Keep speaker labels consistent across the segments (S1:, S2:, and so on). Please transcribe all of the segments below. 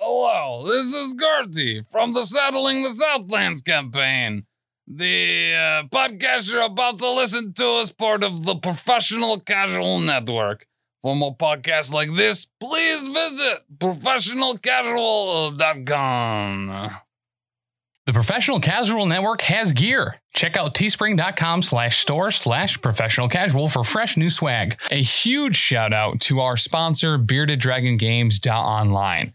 S1: Hello, this is Gertie from the Settling the Southlands campaign. The uh, podcast you're about to listen to is part of the Professional Casual Network. For more podcasts like this, please visit professionalcasual.com.
S2: The Professional Casual Network has gear. Check out teespring.com slash store slash professional casual for fresh new swag. A huge shout out to our sponsor, Bearded Dragon Games Online.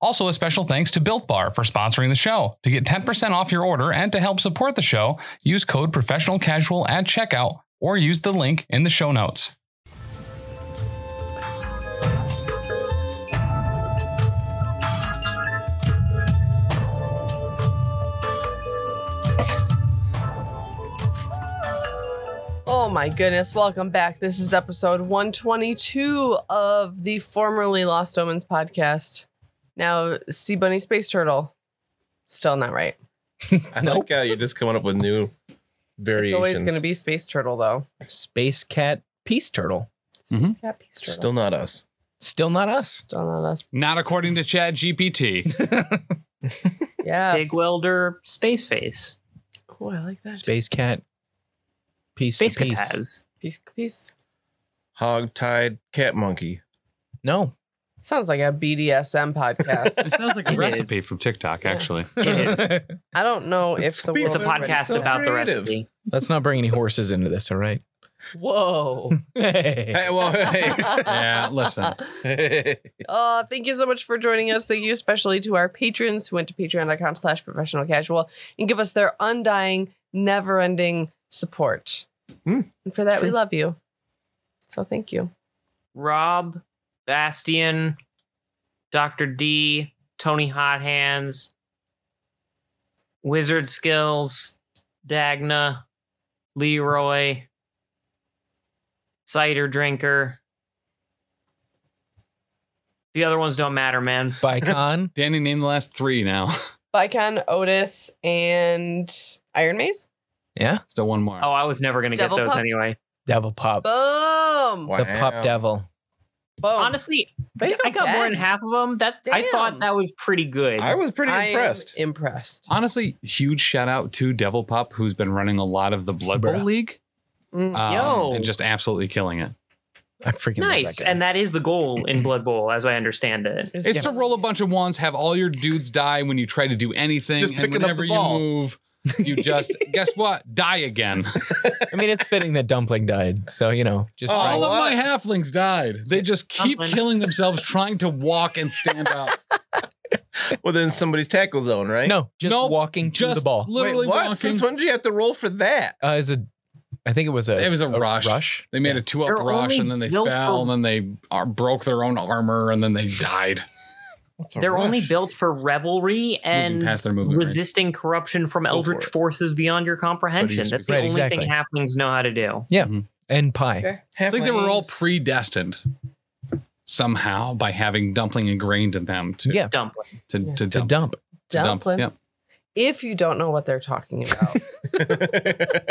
S2: Also, a special thanks to Built Bar for sponsoring the show. To get 10% off your order and to help support the show, use code professional casual at checkout or use the link in the show notes.
S3: Oh my goodness, welcome back. This is episode 122 of the formerly Lost Omens podcast. Now, Sea Bunny Space Turtle. Still not right.
S4: I like how you're just coming up with new variations.
S3: It's always going to be Space Turtle, though.
S5: Space Cat Peace Turtle.
S3: Space
S2: Mhm.
S3: Cat Peace Turtle.
S4: still not us.
S5: Still not us.
S3: Still not us.
S2: Not according to Chad GPT.
S3: Yes.
S6: Big welder, space face,
S3: Oh, I like that.
S5: Space Cat Peace
S6: space
S5: to Peace.
S6: cataz.
S3: Peace, peace.
S4: Hog tied cat monkey.
S5: No.
S3: Sounds like a BDSM podcast.
S2: It sounds like
S6: a It recipe
S2: from TikTok,
S3: actually.
S6: It is.
S3: I don't know if the
S4: Speak
S3: world
S6: It's a
S4: Well, they're
S6: podcast
S4: so
S6: about the
S4: creative.
S6: recipe.
S5: Let's not bring any horses into this, all right?
S3: Whoa.
S4: Hey, well, hey.
S2: Yeah, listen.
S3: Uh, thank you so much for joining us. Thank you especially to our patrons who went to patreon.com slash professional casual and give us their undying, never ending support.
S4: Hmm.
S3: And for that, we
S4: Sure.
S3: love you. So thank you.
S6: Rob, Bastian, Dr. D, Tony Hot Hands, Wizard Skills, Dagna, Leroy, Cider Drinker. The other ones don't matter, man.
S5: Bicon.
S2: Danny, name the last three now.
S3: Vicon, Otis, and Iron Maze.
S5: Yeah.
S2: Still one more.
S6: Oh, I was never going to get
S3: Devil
S6: those
S3: Pup?
S6: anyway.
S5: Devil Pop.
S3: Boom.
S4: Wow.
S5: The Pup Devil.
S3: Boom.
S6: Honestly,
S3: Way to go,
S6: I got more
S3: Ben.
S6: than half of them. That I
S3: Damn.
S6: thought that was pretty good.
S4: I was pretty
S3: I am
S4: impressed.
S3: impressed.
S2: Honestly, huge shout out to Devil Pop, who's been running a lot of the Blood Bowl
S5: Bruh.
S2: League
S3: Mm.
S2: um,
S6: Yo.
S2: and just absolutely killing it.
S5: I freaking love
S6: nice,
S5: that guy.
S6: and that is the goal in Blood Bowl, as I understand it.
S2: It's to roll a bunch of ones, have all your dudes die when you try to do anything,
S4: Just
S2: and
S4: picking up
S2: whenever
S4: the
S2: you
S4: ball.
S2: move, you just guess what? Die again.
S5: I mean, it's fitting that Dumpling died. So, you know, just
S4: Oh,
S5: right.
S2: All of
S4: what?
S2: my halflings died. They just keep
S6: Dumpling.
S2: killing themselves trying to walk and stand up.
S4: Within somebody's tackle zone, right?
S5: No, just
S2: Nope,
S5: walking to
S2: just
S5: the ball.
S2: literally
S4: Wait, what?
S2: walking.
S4: Since when did you have to roll for that?
S5: Uh, is a, I think it was a
S2: It was a rush. They made a two-up
S6: They're
S2: rush,
S6: only
S2: and then they
S6: built
S2: fell,
S6: for-
S2: and then they uh, broke their own armor, and then they died.
S6: They're only built for revelry and
S2: moving past their movement. range.
S6: resisting corruption from eldritch
S4: for it.
S6: forces beyond your comprehension.
S2: But he's-
S6: That's the
S5: Right,
S6: only
S5: exactly.
S6: thing halflings know how to do.
S5: and pie.
S3: Okay.
S2: I think they were all predestined somehow by having dumpling ingrained in them to
S5: Yeah,
S6: Dumpling.
S2: to,
S3: Yeah.
S2: to
S5: to
S2: dump.
S5: dump.
S2: to dump.
S3: Dumpling.
S2: Yep.
S3: If you don't know what they're talking about,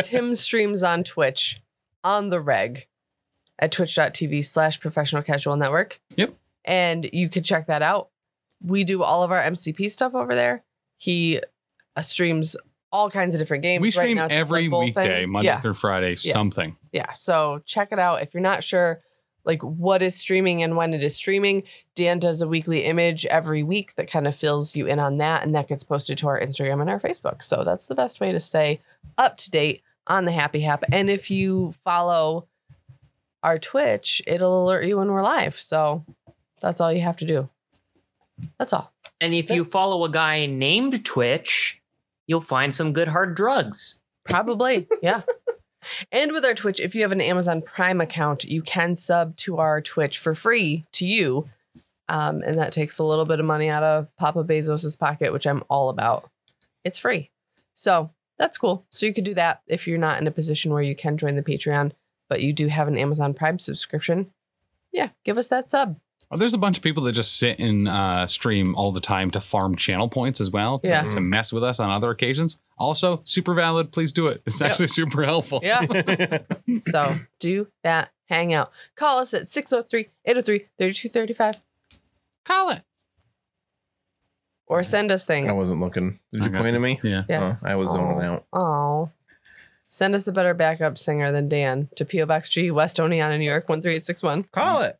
S3: Tim streams on Twitch on the reg at twitch.tv slash professional casual network.
S2: Yep.
S3: And you can check that out. We do all of our MCP stuff over there. He uh, streams all kinds of different games.
S2: We stream
S3: now it's a
S2: every
S3: Blood Bowl
S2: weekday,
S3: thing.
S2: Monday
S3: Yeah.
S2: through Friday,
S3: Yeah.
S2: something.
S3: Yeah. So check it out. If you're not sure, like what is streaming and when it is streaming, Dan does a weekly image every week that kind of fills you in on that. And that gets posted to our Instagram and our Facebook. So that's the best way to stay up to date on the Happy Hap. And if you follow our Twitch, it'll alert you when we're live. So that's all you have to do. That's all.
S6: And if you follow a guy named Twitch, you'll find some good hard drugs.
S3: Probably. Yeah. And with our Twitch, if you have an Amazon Prime account, you can sub to our Twitch for free to you. Um, and that takes a little bit of money out of Papa Bezos's pocket, which I'm all about. It's free. So That's cool. So you could do that if you're not in a position where you can join the Patreon, but you do have an Amazon Prime subscription. Yeah, give us that sub.
S2: Oh, there's a bunch of people that just sit and uh, stream all the time to farm channel points as well to,
S3: Yeah.
S2: to mess with us on other occasions. Also, super valid. Please do it. It's
S3: Yep.
S2: actually super helpful.
S3: Yeah. so do that. Hang out. Call us at 603 803 3235
S2: Call it.
S3: or send us things.
S4: I wasn't looking. Did
S2: I
S4: you
S2: got
S4: point
S2: you.
S4: at me?
S2: Yeah.
S3: Yes.
S4: Oh, I was zoning out.
S3: Oh. Send us a better backup singer than Dan to P.O. Box G, West Oneonta, New York, 13861.
S4: Call it.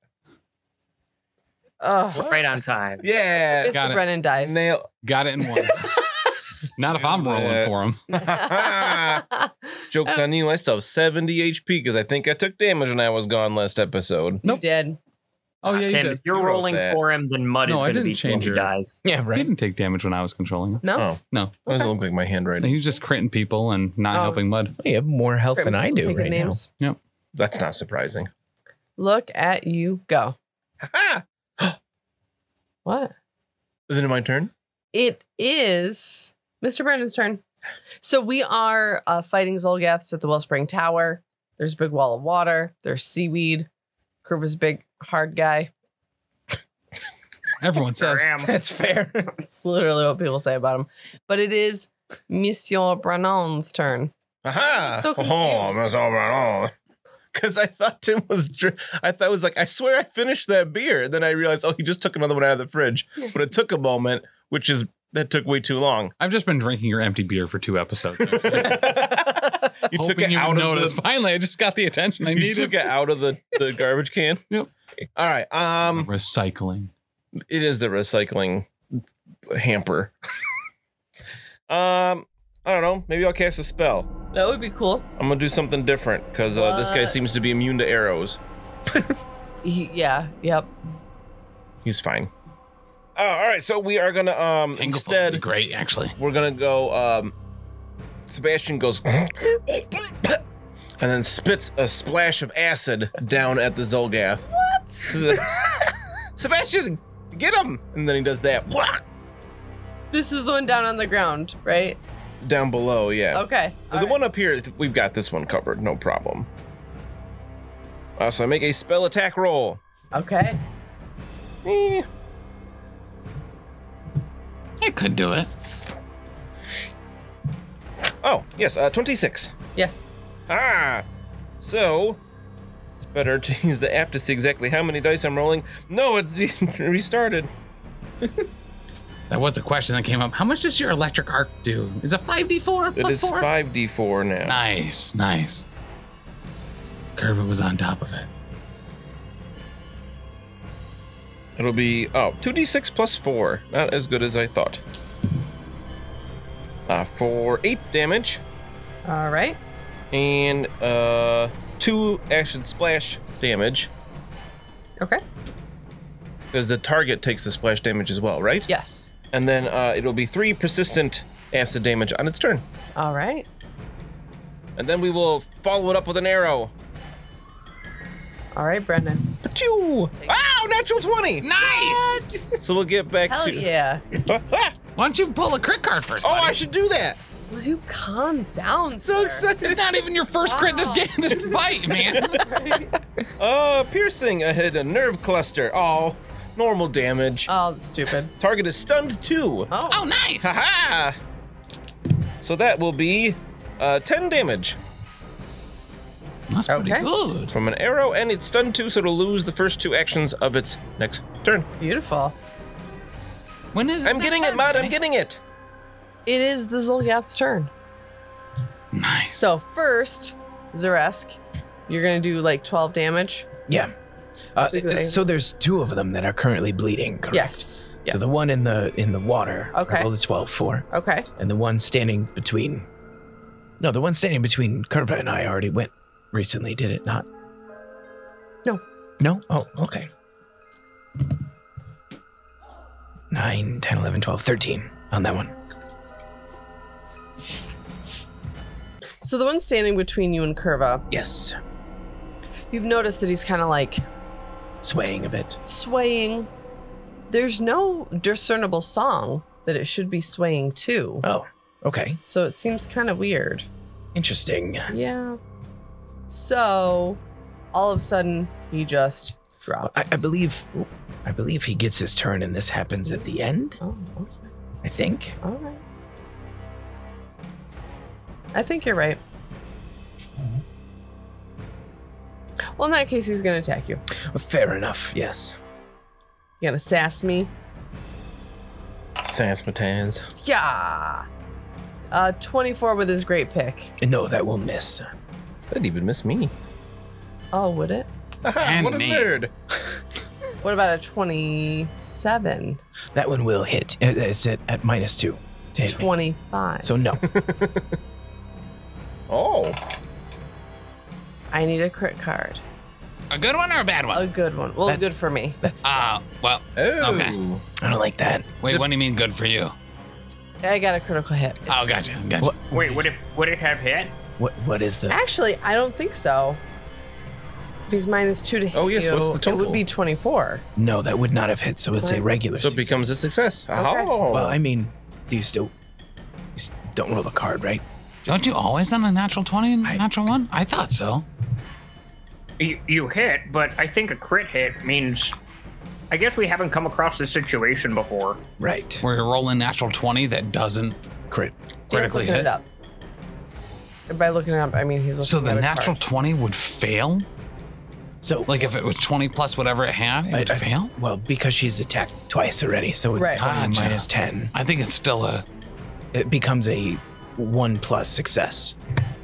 S3: Ugh.
S6: right on time.
S4: Yeah.
S3: Mr.
S2: got it.
S3: Brennan dies.
S4: Nail.
S2: Got it in one. Not if I'm rolling
S4: Yeah.
S2: for him.
S4: Jokes on you. I still have 70 HP because I think I took damage when I was gone last episode.
S3: You did.
S2: Oh, yeah, you
S6: Tim, if
S2: did.
S6: you're
S4: You wrote
S6: rolling
S4: that.
S6: for him, then Mud
S2: No,
S6: is
S2: I
S6: going to
S2: didn't
S6: be
S2: change
S6: change
S2: your-
S6: dies.
S5: Yeah,
S2: He
S5: right.
S2: didn't take damage when I was controlling him.
S3: No?
S4: Oh,
S2: No.
S4: that doesn't look like my handwriting.
S2: He was just critting people and not
S3: Oh.
S2: helping Mud.
S5: You have more health than Oh, I do
S3: Taking
S5: right now.
S3: names.
S4: That's not surprising.
S3: Look at you go.
S4: Ha!
S3: What?
S4: Isn't it my turn?
S3: It is Mr. Brennan's turn. So we are uh, fighting Zolgaths at the Wellspring Tower. There's a big wall of water. There's seaweed. Curva's a big, hard guy.
S2: Everyone says,
S6: Graham.
S5: That's fair.
S3: That's literally what people say about him. But it is Monsieur Brennan's turn.
S4: Aha!
S3: I'm so
S4: Oh,
S3: confused.
S4: that's all right on. Because I thought Tim was, dr- I thought it was like, I swear I finished that beer. Then I realized, oh, he just took another one out of the fridge. But it took a moment, which is that took way too long.
S2: I've just been drinking your empty beer for two episodes.
S4: you took
S2: Hoping
S4: it
S2: you would
S4: out of
S2: notice.
S4: the,
S2: Finally, I just got the attention I
S4: you
S2: needed.
S4: took it out of the, the garbage can.
S2: Yep.
S4: All right. Um,
S2: Recycling.
S4: it is the recycling hamper. um, I don't know. Maybe I'll cast a spell.
S3: That would be cool.
S4: I'm gonna do something different because uh, this guy
S3: What?
S4: seems to be immune to arrows.
S3: He, yeah. Yep.
S4: He's fine. Uh, all right, so we are gonna um instead
S2: great, actually.
S4: we're gonna go um Sebastian goes and then spits a splash of acid down at the Zolgath. What? Sebastian, get him! And then he does that
S3: This is the one down on the ground, right?
S4: down below. Yeah.
S3: Okay.
S4: the one up here, th- we've got this one covered, no problem. Uh, so I make a spell attack roll.
S3: Okay.
S4: Eh,
S2: I could do it.
S4: Oh, yes, uh, 26.
S3: Yes.
S4: Ah! So, it's better to use the app to see exactly how many dice I'm rolling. No, it restarted.
S2: That was a question that came up. How much does your electric arc do? Is it 5d4
S4: It
S2: plus
S4: is
S2: 4?
S4: 5d4 now.
S2: Nice, nice. Curva was on top of it.
S4: It'll be, oh, 2d6 plus 4. Not as good as I thought. Uh, for 8 damage,
S3: All right.
S4: and uh, 2 action splash damage,
S3: Okay.
S4: because the target takes the splash damage as well, right?
S3: Yes.
S4: And then uh, it'll be 3 persistent acid damage on its turn.
S3: All right.
S4: And then we will follow it up with an arrow.
S3: All right, Brendan.
S4: Achoo! Wow, natural 20!
S2: Nice!
S4: So we'll get back
S3: Hell
S4: to.
S3: yeah.
S4: Ah,
S2: Why don't you pull a crit card first?
S4: oh,
S2: buddy?
S4: I should do that!
S3: Will you calm down?
S4: So
S3: sir?
S2: It's
S4: excited!
S2: not even your first crit this
S3: Wow.
S2: game, this fight, man.
S4: Uh, piercing. I hit a nerve cluster. Oh, normal damage.
S3: oh, that's stupid.
S4: Target is stunned too.
S3: Oh.
S2: oh, nice!
S4: Haha! So that will be uh, 10 damage
S2: That's
S3: Okay.
S2: good.
S4: from an arrow, and it's stunned too, so it'll lose the first two actions of its next turn.
S3: beautiful.
S2: When is
S4: I'm getting it, Mod. I'm getting it.
S3: It is the Zolgath's turn.
S2: Nice.
S3: So first, Zaresk, you're gonna do like 12 damage.
S5: Yeah. Uh,
S3: Basically.
S5: so there's two of them that are currently bleeding. Correct?
S3: Yes. Yes.
S5: So the one in the in the water.
S3: Okay.
S5: I rolled a 12 for,
S3: Okay.
S5: and the one standing between. No, the one standing between Curva and I already went recently. Did it not?
S3: No.
S5: No. Oh, okay. 9, 10, 11, 12, 13 on that one.
S3: So the one standing between you and Curva,
S5: Yes.
S3: you've noticed that he's kind of like
S5: Swaying a bit.
S3: swaying. There's no discernible song that it should be swaying to.
S5: Oh, Okay.
S3: So it seems kind of weird.
S5: Interesting.
S3: Yeah. So all of a sudden he just drops.
S5: I, I believe I believe he gets his turn and this happens at the end,
S3: Oh, okay.
S5: I think.
S3: All right. I think you're right. Well, in that case, he's gonna attack you.
S5: Well, Oh, fair enough, yes.
S3: You gonna sass me?
S4: Sans Matans.
S3: Yeah. Uh, 24 with his great pick.
S5: No, that will miss.
S4: That'd even miss me.
S3: Oh, would it?
S2: And
S4: what a
S2: me.
S4: nerd.
S3: What about a 27?
S5: That one will hit. Uh, It- It's at, at minus two. to hit me.
S3: 25.
S5: So no.
S4: Oh.
S3: I need a crit card.
S2: A good one or a bad
S3: A
S2: one?
S3: good one. Well,
S5: That-
S3: good for me.
S5: That's
S2: Ah, well,
S4: Oh.
S2: Okay.
S5: I don't like that.
S2: wait, what do you mean good for you?
S3: I got a critical hit.
S2: Oh, gotcha, gotcha.
S5: What,
S6: Wait, would it would it have hit?
S5: what what is the
S3: Actually, I don't think so. If he's minus two to hit
S4: Oh, yes,
S3: you,
S4: what's the
S3: it would
S4: total?
S3: be 24.
S5: No, that would not have hit, so it's a
S3: Right.
S5: regular
S4: So it
S5: success.
S4: becomes a success.
S3: Okay.
S4: Oh.
S5: Well, I mean, do you still you s- don't roll the card, right?
S2: Don't you always on a natural 20 and
S5: I-
S2: natural one? I thought so.
S6: You, you hit, but I think a crit hit means. I guess we haven't come across this situation before.
S5: Right.
S2: Where you're rolling natural 20 that doesn't
S5: Crit.
S3: Dan's
S2: critically
S3: looking it
S2: hit.
S3: up. And By looking it up, I mean he's looking
S2: So the
S3: at a
S2: natural
S3: card.
S2: 20 would fail?
S5: So
S2: Like if it was 20 plus whatever it had, it
S5: I-
S2: would
S5: I-
S2: fail?
S5: Well, because she's attacked twice already, so it's
S3: Right.
S5: 20
S2: Gotcha.
S5: minus 10.
S2: I think it's still a.
S5: It becomes a 1 plus success.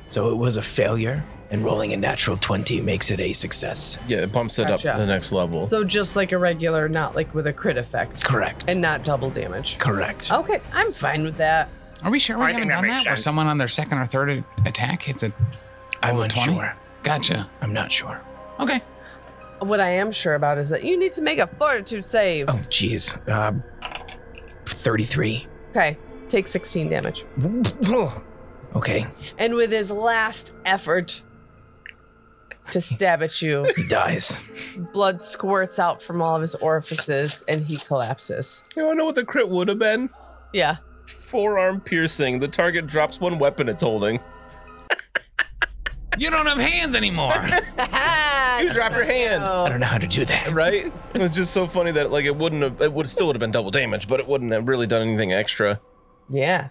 S5: So it was a failure, and rolling a natural 20 makes it a success.
S4: yeah, it bumps it
S3: Gotcha.
S4: up to the next level.
S3: So just like a regular, not like with a crit effect
S5: Correct.
S3: and not double damage.
S5: Correct.
S6: Oh.
S3: Okay, I'm fine with that.
S2: Are we sure we
S6: I
S2: haven't
S6: think that
S2: done
S6: makes
S2: that? Where
S6: sense.
S2: someone on their second or third attack hits it?
S5: I'm
S2: Roll a
S5: not
S2: 20?
S5: sure.
S2: Gotcha.
S5: I'm not sure.
S2: Okay.
S3: What I am sure about is that you need to make a fortitude save.
S5: Oh, jeez. Uh, 33.
S3: Okay, take 16 damage.
S5: Okay,
S3: And with his last effort to stab at you,
S5: he dies.
S3: blood squirts out from all of his orifices and he collapses.
S4: you wanna know what the crit would have been?
S3: Yeah.
S4: Forearm piercing. The target drops one weapon it's holding.
S2: You don't have hands anymore.
S4: You drop your hand.
S5: I
S3: Oh,
S5: don't know how to do that.
S4: Right? It was just so funny that like it wouldn't have it would still would have been double damage, but it wouldn't have really done anything extra.
S3: yeah.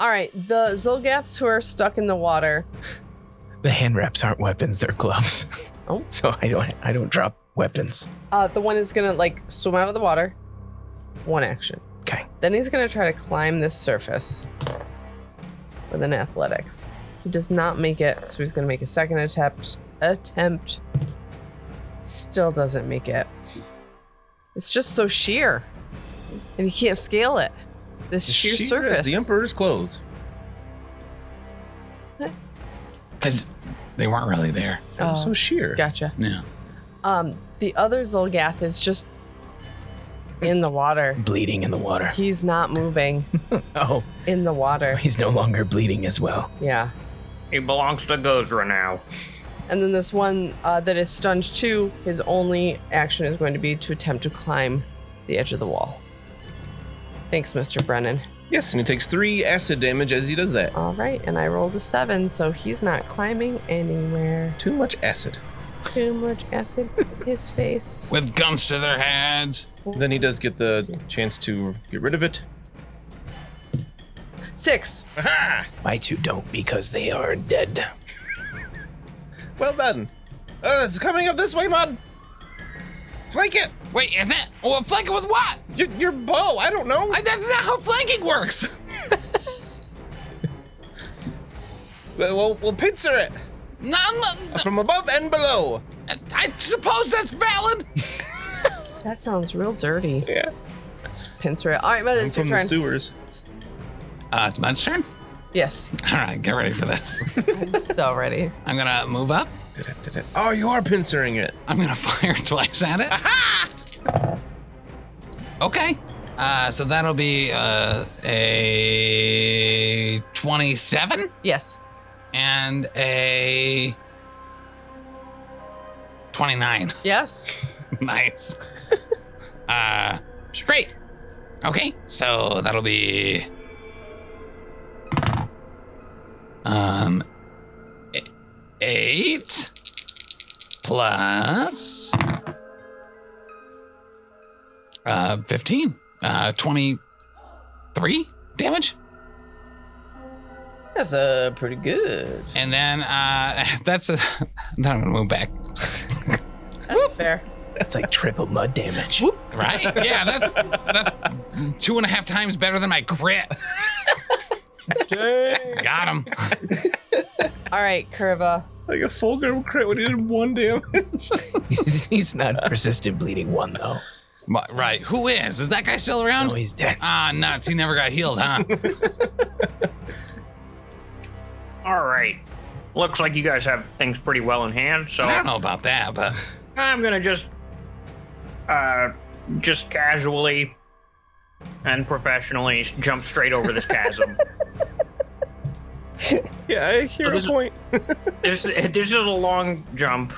S3: All right, the Zolgaths who are stuck in the water.
S5: The hand wraps aren't weapons; they're gloves.
S3: Oh.
S5: So I don't, I don't drop weapons.
S3: Uh, the one is gonna like swim out of the water. One action.
S5: Okay.
S3: Then he's gonna try to climb this surface with an athletics. He does not make it, so he's gonna make a second attempt. Attempt. Still doesn't make it. It's just so sheer, and he can't scale it. This sheer
S4: She grabs
S3: surface.
S4: The Emperor's clothes.
S2: Because they weren't really there.
S4: Oh.
S3: Oh,
S4: So sheer.
S3: gotcha.
S2: Yeah.
S3: Um, the other Zolgath is just in the water.
S5: Bleeding in the water.
S3: He's not moving
S5: Oh,
S3: in the water.
S5: he's no longer bleeding as well.
S3: Yeah.
S6: It belongs to Gozra now.
S3: And then this one uh, that is stunned too, his only action is going to be to attempt to climb the edge of the wall. Thanks, Mr. Brennan.
S4: Yes, and he takes three acid damage as he does that.
S3: All right, and I rolled a seven, so he's not climbing anywhere.
S4: Too much acid.
S3: Too much acid in his face.
S2: With guns to their heads.
S4: Then he does get the chance to get rid of it.
S3: Six.
S4: Aha!
S5: My two don't because they are dead.
S4: Well done. Uh, it's coming up this way, Mud. Flank it.
S2: Wait, is that? Well, flank it with what?
S4: Your, your bow. I don't know.
S2: I, that's not how flanking works.
S4: We'll, we'll, we'll pincer it
S2: No, I'm not-
S4: from above and below.
S2: I suppose that's valid.
S3: That sounds real dirty.
S4: Yeah.
S3: Just pincer it. All right, but
S4: I'm
S3: it's your
S4: from the
S3: turn.
S4: sewers.
S2: Uh, it's my turn.
S3: yes,
S2: All right, get ready for this.
S3: I'm so ready.
S2: I'm gonna move up.
S4: Did it, did it. Oh, you are pincering it.
S2: I'm gonna fire twice at it. Okay. Uh, so that'll be uh, a 27
S3: Yes.
S2: and a 29.
S3: Yes.
S2: nice. uh, great. Okay, so that'll be Um, e- eight plus uh, 15, uh, 23 damage.
S3: That's uh, pretty good.
S2: And then uh, that's a. Then I'm going to move back.
S3: That's fair.
S5: That's like triple mud damage.
S2: Right? Yeah, that's, that's two and a half times better than my crit. Got him.
S3: All right, Curva.
S4: Like a full gun crit when he did one damage.
S5: he's, he's not persistent bleeding one though.
S2: But- Right. Who is? Is that guy still
S5: No,
S2: around?
S5: he's dead.
S2: Ah, nuts. He never got healed, huh?
S6: All right. Looks like you guys have things pretty well in hand, so
S2: I don't know about that, but
S6: I'm gonna just, uh, just casually and professionally jump straight over this chasm.
S4: Yeah, I hear a
S6: So this-
S4: point.
S6: this, this is a long jump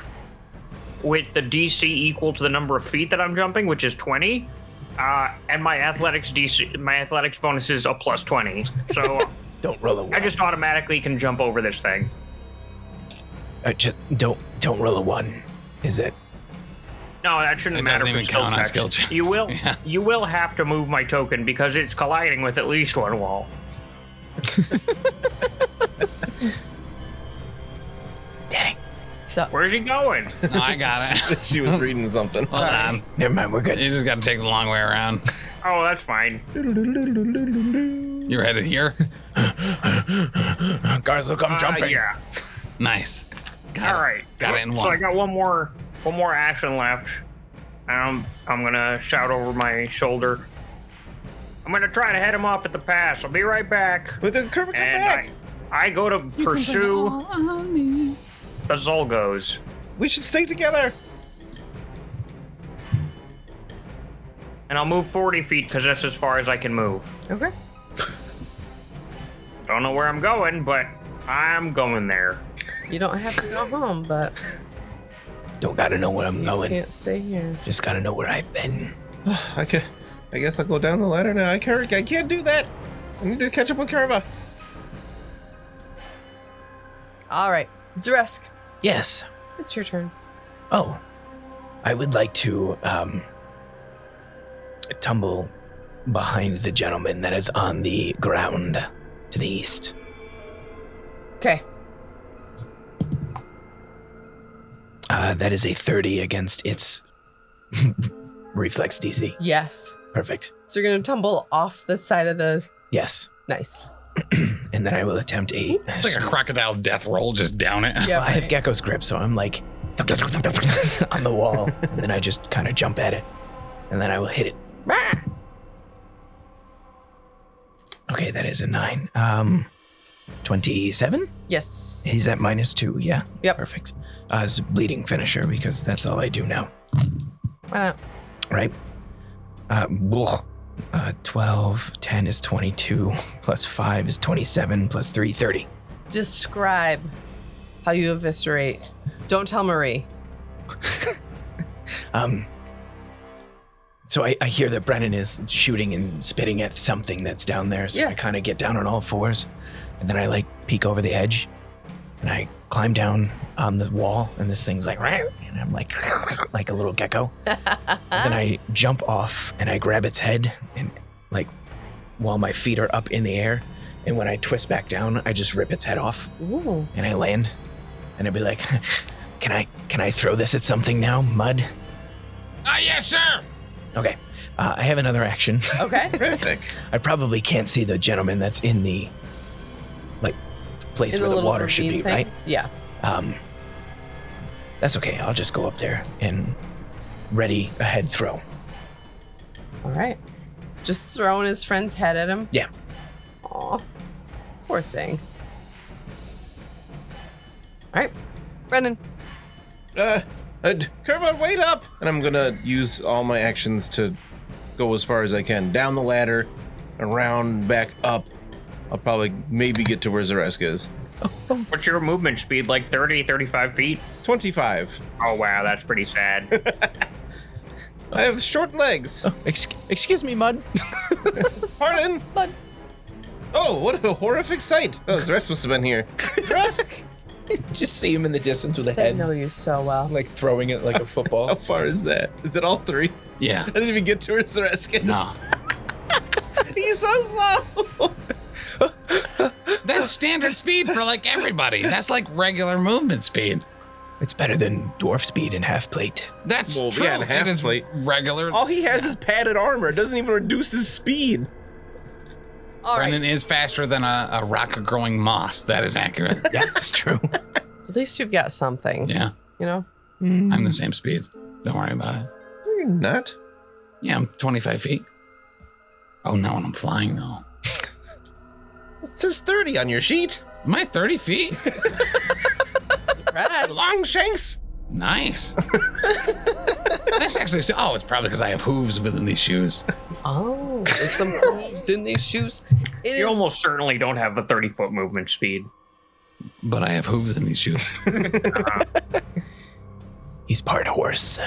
S6: with the DC equal to the number of feet that I'm jumping, which is 20. Uh, and my athletics DC, my athletics bonus is a plus 20. So
S5: Don't roll a one.
S6: I just automatically can jump over this thing.
S5: Uh, just don't don't roll a one. Is it?
S6: No, that shouldn't
S2: It
S6: matter
S2: doesn't
S6: for
S2: even
S6: skill
S2: count on
S6: checks.
S2: skill checks.
S6: You will,
S2: Yeah.
S6: you will have to move my token because it's colliding with at least one wall.
S5: Dang.
S3: So
S6: Where's he going?
S2: no, I got it.
S4: She
S6: Oh.
S4: was reading something.
S2: Hold on.
S5: Never mind. We're good.
S2: You just got to take the long way around.
S6: Oh, that's fine.
S2: You're headed here.
S5: Garzo, come
S6: Uh,
S5: jumping.
S6: yeah.
S2: Nice. Got
S6: All
S2: it.
S6: right.
S2: Got it in
S6: So I
S2: one.
S6: got one more, one more action left. Um, I'm gonna shout over my shoulder. I'm gonna try to head him off at the pass. I'll be right back.
S4: But the Kirby come
S6: And
S4: back.
S6: I, I go to pursue the Zolgos.
S4: We should stay together.
S6: And I'll move 40 feet because that's as far as I can move.
S3: okay.
S6: Don't know where I'm going, but I'm going there.
S3: You don't have to go home, but
S5: Don't gotta know where I'm going.
S3: can't stay here.
S5: Just gotta know where I've been.
S4: I can, I guess I'll go down the ladder now. I can't, I can't do that. I need to catch up with Kerva.
S3: All right, Zeresk,
S5: Yes.
S3: it's your turn.
S5: Oh, I would like to um, tumble behind the gentleman that is on the ground to the east.
S3: Okay.
S5: Uh, that is a 30 against its reflex DC.
S3: Yes.
S5: Perfect.
S3: So you're gonna tumble off the side of the.
S5: Yes.
S3: Nice.
S5: And then I will attempt a.
S2: It's like a crocodile death roll, just down it.
S3: Yeah.
S5: I have gecko's grip, so I'm like on the wall. and then I just kind of jump at it. And then I will hit it. Okay, that is a nine. Um, 27?
S3: Yes.
S5: He's at minus two, yeah?
S3: Yep.
S5: Perfect. Uh, it's bleeding finisher because that's all I do now,
S3: Why not?
S5: right? Uh, blah. Uh, 12, 10 is 22, plus 5 is 27, plus 3, 30.
S3: Describe how you eviscerate. Don't tell Marie.
S5: Um, so I, I hear that Brennan is shooting and spitting at something that's down there. So
S3: Yeah.
S5: I kind of get down on all fours, and then I like peek over the edge, and I climb down on the wall, and this thing's like, "Meow," and I'm like, like a little gecko. and then I jump off and I grab its head, and like, while my feet are up in the air, and when I twist back down, I just rip its head off
S3: Ooh.
S5: and I land, and I'd be like, "Can I can I throw this at something now, mud?"
S2: Ah, yeah, sure.
S5: Okay. Uh, I have another action.
S3: Okay.
S4: Terrific.
S5: I probably can't see the gentleman that's in the like place
S3: In
S5: where the
S3: little
S5: water should
S3: ravine
S5: be,
S3: thing?
S5: right?
S3: Yeah.
S5: Um, that's okay. I'll just go up there and ready a head throw.
S3: All right. Just throwing his friend's head at him.
S5: Yeah.
S3: Aw. Poor thing. All right. Brennan.
S4: Uh, uh, Kerva, wait up. And I'm gonna use all my actions to go as far as I can down the ladder, around, back up. I'll probably maybe get to where Zaresk is.
S6: What's your movement speed? Like 30, 35 feet?
S4: 25.
S6: Oh, wow, that's pretty sad.
S4: I have short legs.
S5: Excuse, excuse me, mud.
S4: Pardon. Oh, what a horrific sight! Oh, Zresk must have been here. Zresk!
S5: Just see him in the distance with a
S3: They
S5: head,
S3: know you so well.
S5: like throwing it like a
S4: How
S5: football.
S4: far is that? Is it all three?
S5: yeah.
S4: I didn't even get to Zresk.
S5: No.
S4: He's so slow!
S2: That's standard speed for like everybody. That's like regular movement speed.
S5: It's better than dwarf speed and half plate.
S2: That's
S4: Well,
S2: true.
S4: yeah, and half
S2: it is
S4: plate.
S2: regular.
S4: All he has is padded armor. It doesn't even reduce his speed.
S3: All right.
S2: Brennan is faster than a, a rock growing moss. That is accurate.
S5: That's true.
S3: At least you've got something.
S2: yeah,
S3: You know?
S2: I'm
S6: Hmm.
S2: the same speed. Don't worry about it.
S4: No, you're not.
S2: Yeah, I'm 25 feet. Oh, no, and I'm flying though.
S4: It says 30 on your sheet.
S2: Am I 30 feet?
S3: Right.
S4: Long shanks.
S2: Nice. That's actually, oh, it's probably because I have hooves within these shoes.
S3: Oh, there's some grooves in these shoes. It is-
S6: You almost certainly don't have a 30 foot movement speed.
S2: But I have hooves in these shoes.
S5: He's part horse,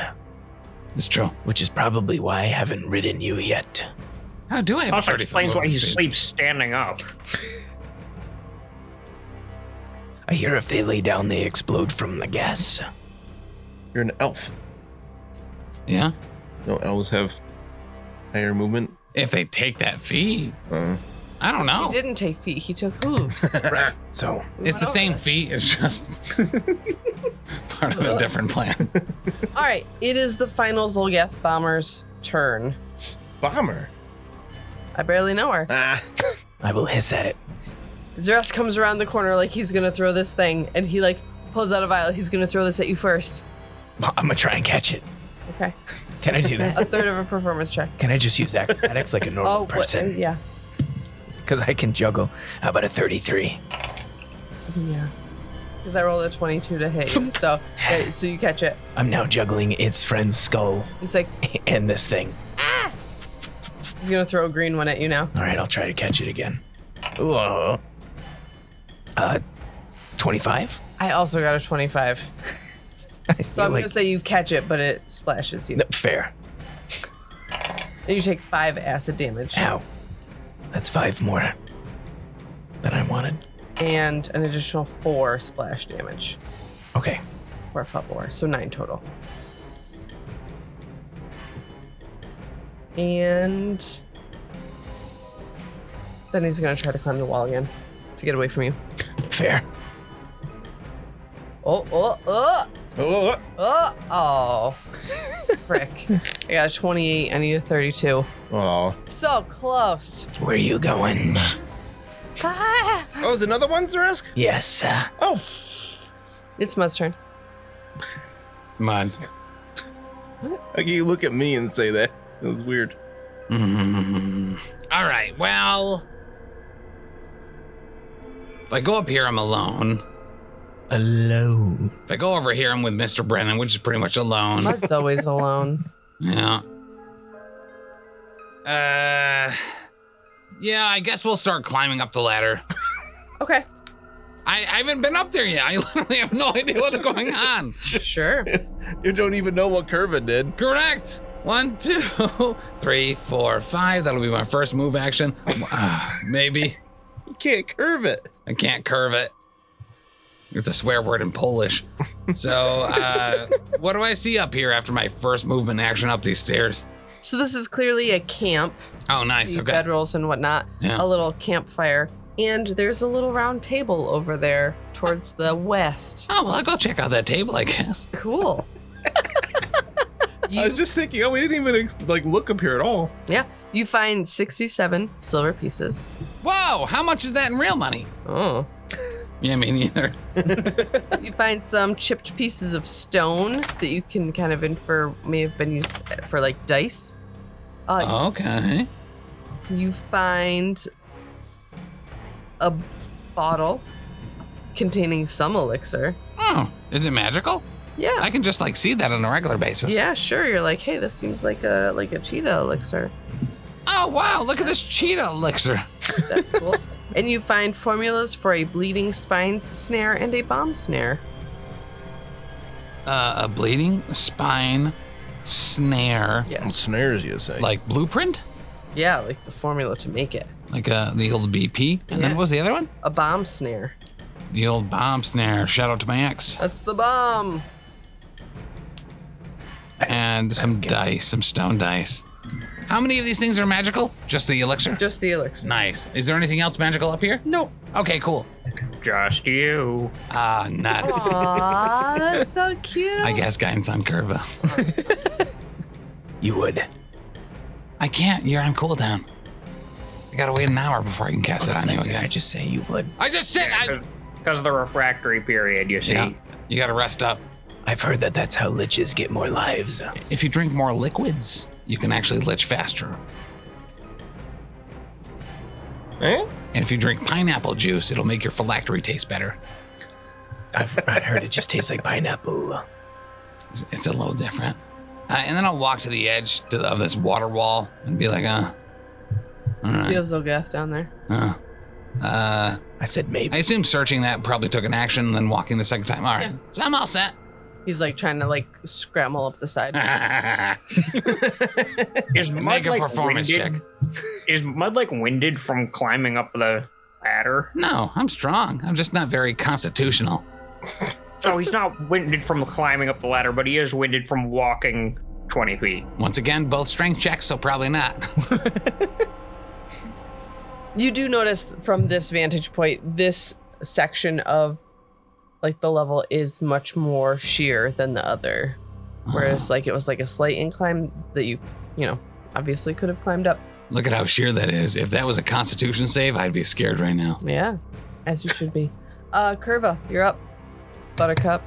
S2: It's true.
S5: which is probably why I haven't ridden you yet.
S2: How do I have
S6: Also
S2: 30 foot
S6: explains why he
S2: movement speed?
S6: sleeps standing up.
S5: I hear if they lay down, they explode from the gas.
S4: You're an elf.
S2: Yeah.
S4: No, elves have higher movement.
S2: If they take that feet,
S4: Uh,
S2: I don't
S3: He
S2: know.
S3: didn't take feet. He took hooves.
S5: So
S3: We
S2: It's the
S3: went over
S2: same
S3: this.
S2: feet. It's just part of a different plan.
S3: All right. It is the final Zolgath bomber's turn.
S4: bomber.
S3: I barely know her.
S4: Ah.
S5: I will hiss at it.
S3: Zeras comes around the corner like he's gonna throw this thing, and he like pulls out a vial. He's gonna throw this at you first.
S5: I'm gonna try and catch it.
S3: Okay.
S5: Can I do
S3: A
S5: that?
S3: third of a performance check. Oh,
S5: Can I just use acrobatics like a normal
S3: what-
S5: person?
S3: yeah.
S5: Because I can juggle. How about a 33?
S3: Yeah. Because I rolled a 22 to hit you. So, yeah, so you catch it.
S5: I'm now juggling its friend's skull
S3: He's like,
S5: and this thing.
S3: he's going to throw a green one at you now.
S5: All right, I'll try to catch it again. Whoa. Uh, 25?
S3: I also got a 25.
S5: I
S3: So
S5: feel
S3: I'm going
S5: like
S3: to say you catch it, but it splashes you.
S5: No, fair.
S3: And you take five acid damage
S5: Ow. That's five more than I wanted.
S3: and an additional four splash damage
S5: Okay.
S3: or four. So nine total. And then he's going to try to climb the wall again to get away from you.
S5: Fair.
S3: Oh, oh, oh.
S4: Oh,
S3: Oh, oh. frick. I got a 28. I need a 32.
S4: oh. Oh,
S3: So close.
S5: Where you going?
S4: Oh, is another one, Zeresk?
S5: Yes. Uh,
S4: Oh,
S3: It's Mud's turn.
S2: Mud.
S4: how can you look at me and say that? It was weird.
S2: Mm. All right. Well, if I go up here, I'm alone.
S5: alone.
S2: If I go over here, I'm with Mr. Brennan, which is pretty much alone.
S3: Mud's always alone.
S2: Yeah. Uh. Yeah, I guess we'll start climbing up the ladder.
S3: Okay.
S2: I, I haven't been up there yet. I literally have no idea what's going on.
S3: Sure.
S4: You don't even know what Curva did.
S2: Correct. One, two, three, four, five. That'll be my first move action. Uh, maybe.
S4: You can't curve it.
S2: I can't curve it. It's a swear word in Polish. So, uh, what do I see up here after my first movement action up these stairs?
S3: So this is clearly a camp.
S2: Oh, nice.
S3: the
S2: Okay.
S3: bedrolls and whatnot.
S2: Yeah.
S3: A little campfire. And there's a little round table over there towards the west.
S2: Oh, well, I'll go check out that table, I guess.
S3: Cool.
S4: I
S3: you,
S4: was just thinking, oh, we didn't even ex- like look up here at all.
S3: yeah. You find 67 silver pieces.
S2: Whoa, how much is that in real money?
S3: Oh.
S2: Yeah, me neither.
S3: You find some chipped pieces of stone that you can kind of infer may have been used for like dice. Uh,
S2: Okay.
S3: You find a bottle containing some elixir.
S2: Oh, is it magical?
S3: Yeah,
S2: I can just like see that on a regular basis.
S3: yeah, sure. You're like, hey, this seems like a like a cheetah elixir.
S2: Oh, wow, look at this cheetah elixir.
S3: That's cool. and you find formulas for a bleeding spines snare and a bomb snare.
S2: Uh, a bleeding spine snare.
S3: Yes.
S4: snares, you say?
S2: Like blueprint?
S3: Yeah, like the formula to make it.
S2: like uh, the old BP. And then
S3: Yeah.
S2: what was the other one?
S3: A bomb snare.
S2: The old bomb snare. Shout out to my ex.
S3: That's the bomb.
S2: And some dice, some stone dice. How many of these things are magical? Just the elixir.
S3: Just the elixir.
S2: Nice. Is there anything else magical up here?
S3: Nope.
S2: Okay, cool.
S6: Just you.
S2: Ah, nuts.
S3: Aw, that's so cute.
S2: I guess guidance on Curva.
S5: You would.
S2: I can't. You're on cooldown. I gotta wait an hour before I can cast it on you
S5: I
S2: again.
S5: just say you would.
S2: I just said I.
S6: Because of the refractory period, you see.
S2: Yeah. You gotta rest up.
S5: I've heard that that's how liches get more lives.
S2: If you drink more liquids, you can actually lich faster.
S4: Eh?
S2: And if you drink pineapple juice, it'll make your phylactery taste better.
S5: I've I heard it just tastes like pineapple.
S2: It's, it's a little different. Uh, and then I'll walk to the edge to the, of this water wall and be like, uh, all right,
S3: Steals Zolgath down there.
S2: uh, uh,
S5: I said
S2: I
S5: maybe.
S2: assume searching that probably took an action, then walking the second time. All right, so I'm all set.
S3: He's like trying to like scramble up the side.
S6: Is mud
S2: Make a
S6: like
S2: performance
S6: winded? Is mud like winded from climbing up the ladder?
S2: no, I'm strong. I'm just not very constitutional.
S6: So he's not winded from climbing up the ladder, but he is winded from walking 20 feet.
S2: Once again, both strength checks, so probably not.
S3: You do notice from this vantage point, this section of like the level is much more sheer than the other. Whereas like it was like a slight incline that you, you know, obviously could have climbed up.
S2: Look at how sheer that is. If that was a constitution save, I'd be scared right now.
S3: Yeah. As you should be. Uh Curva, you're up. Buttercup.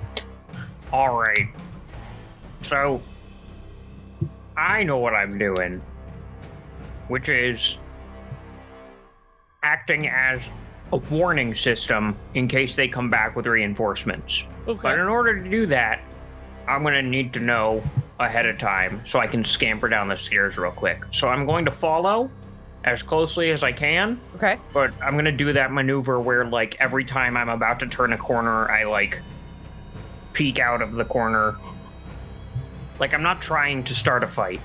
S6: All right. So I know what I'm doing, which is acting as a warning system in case they come back with reinforcements. But in order to do that, I'm going to need to know ahead of time so I can scamper down the stairs real quick. So I'm going to follow as closely as I can,
S3: Okay.
S6: but I'm going to do that maneuver where, like, every time I'm about to turn a corner, I, like, peek out of the corner. Like, I'm not trying to start a fight.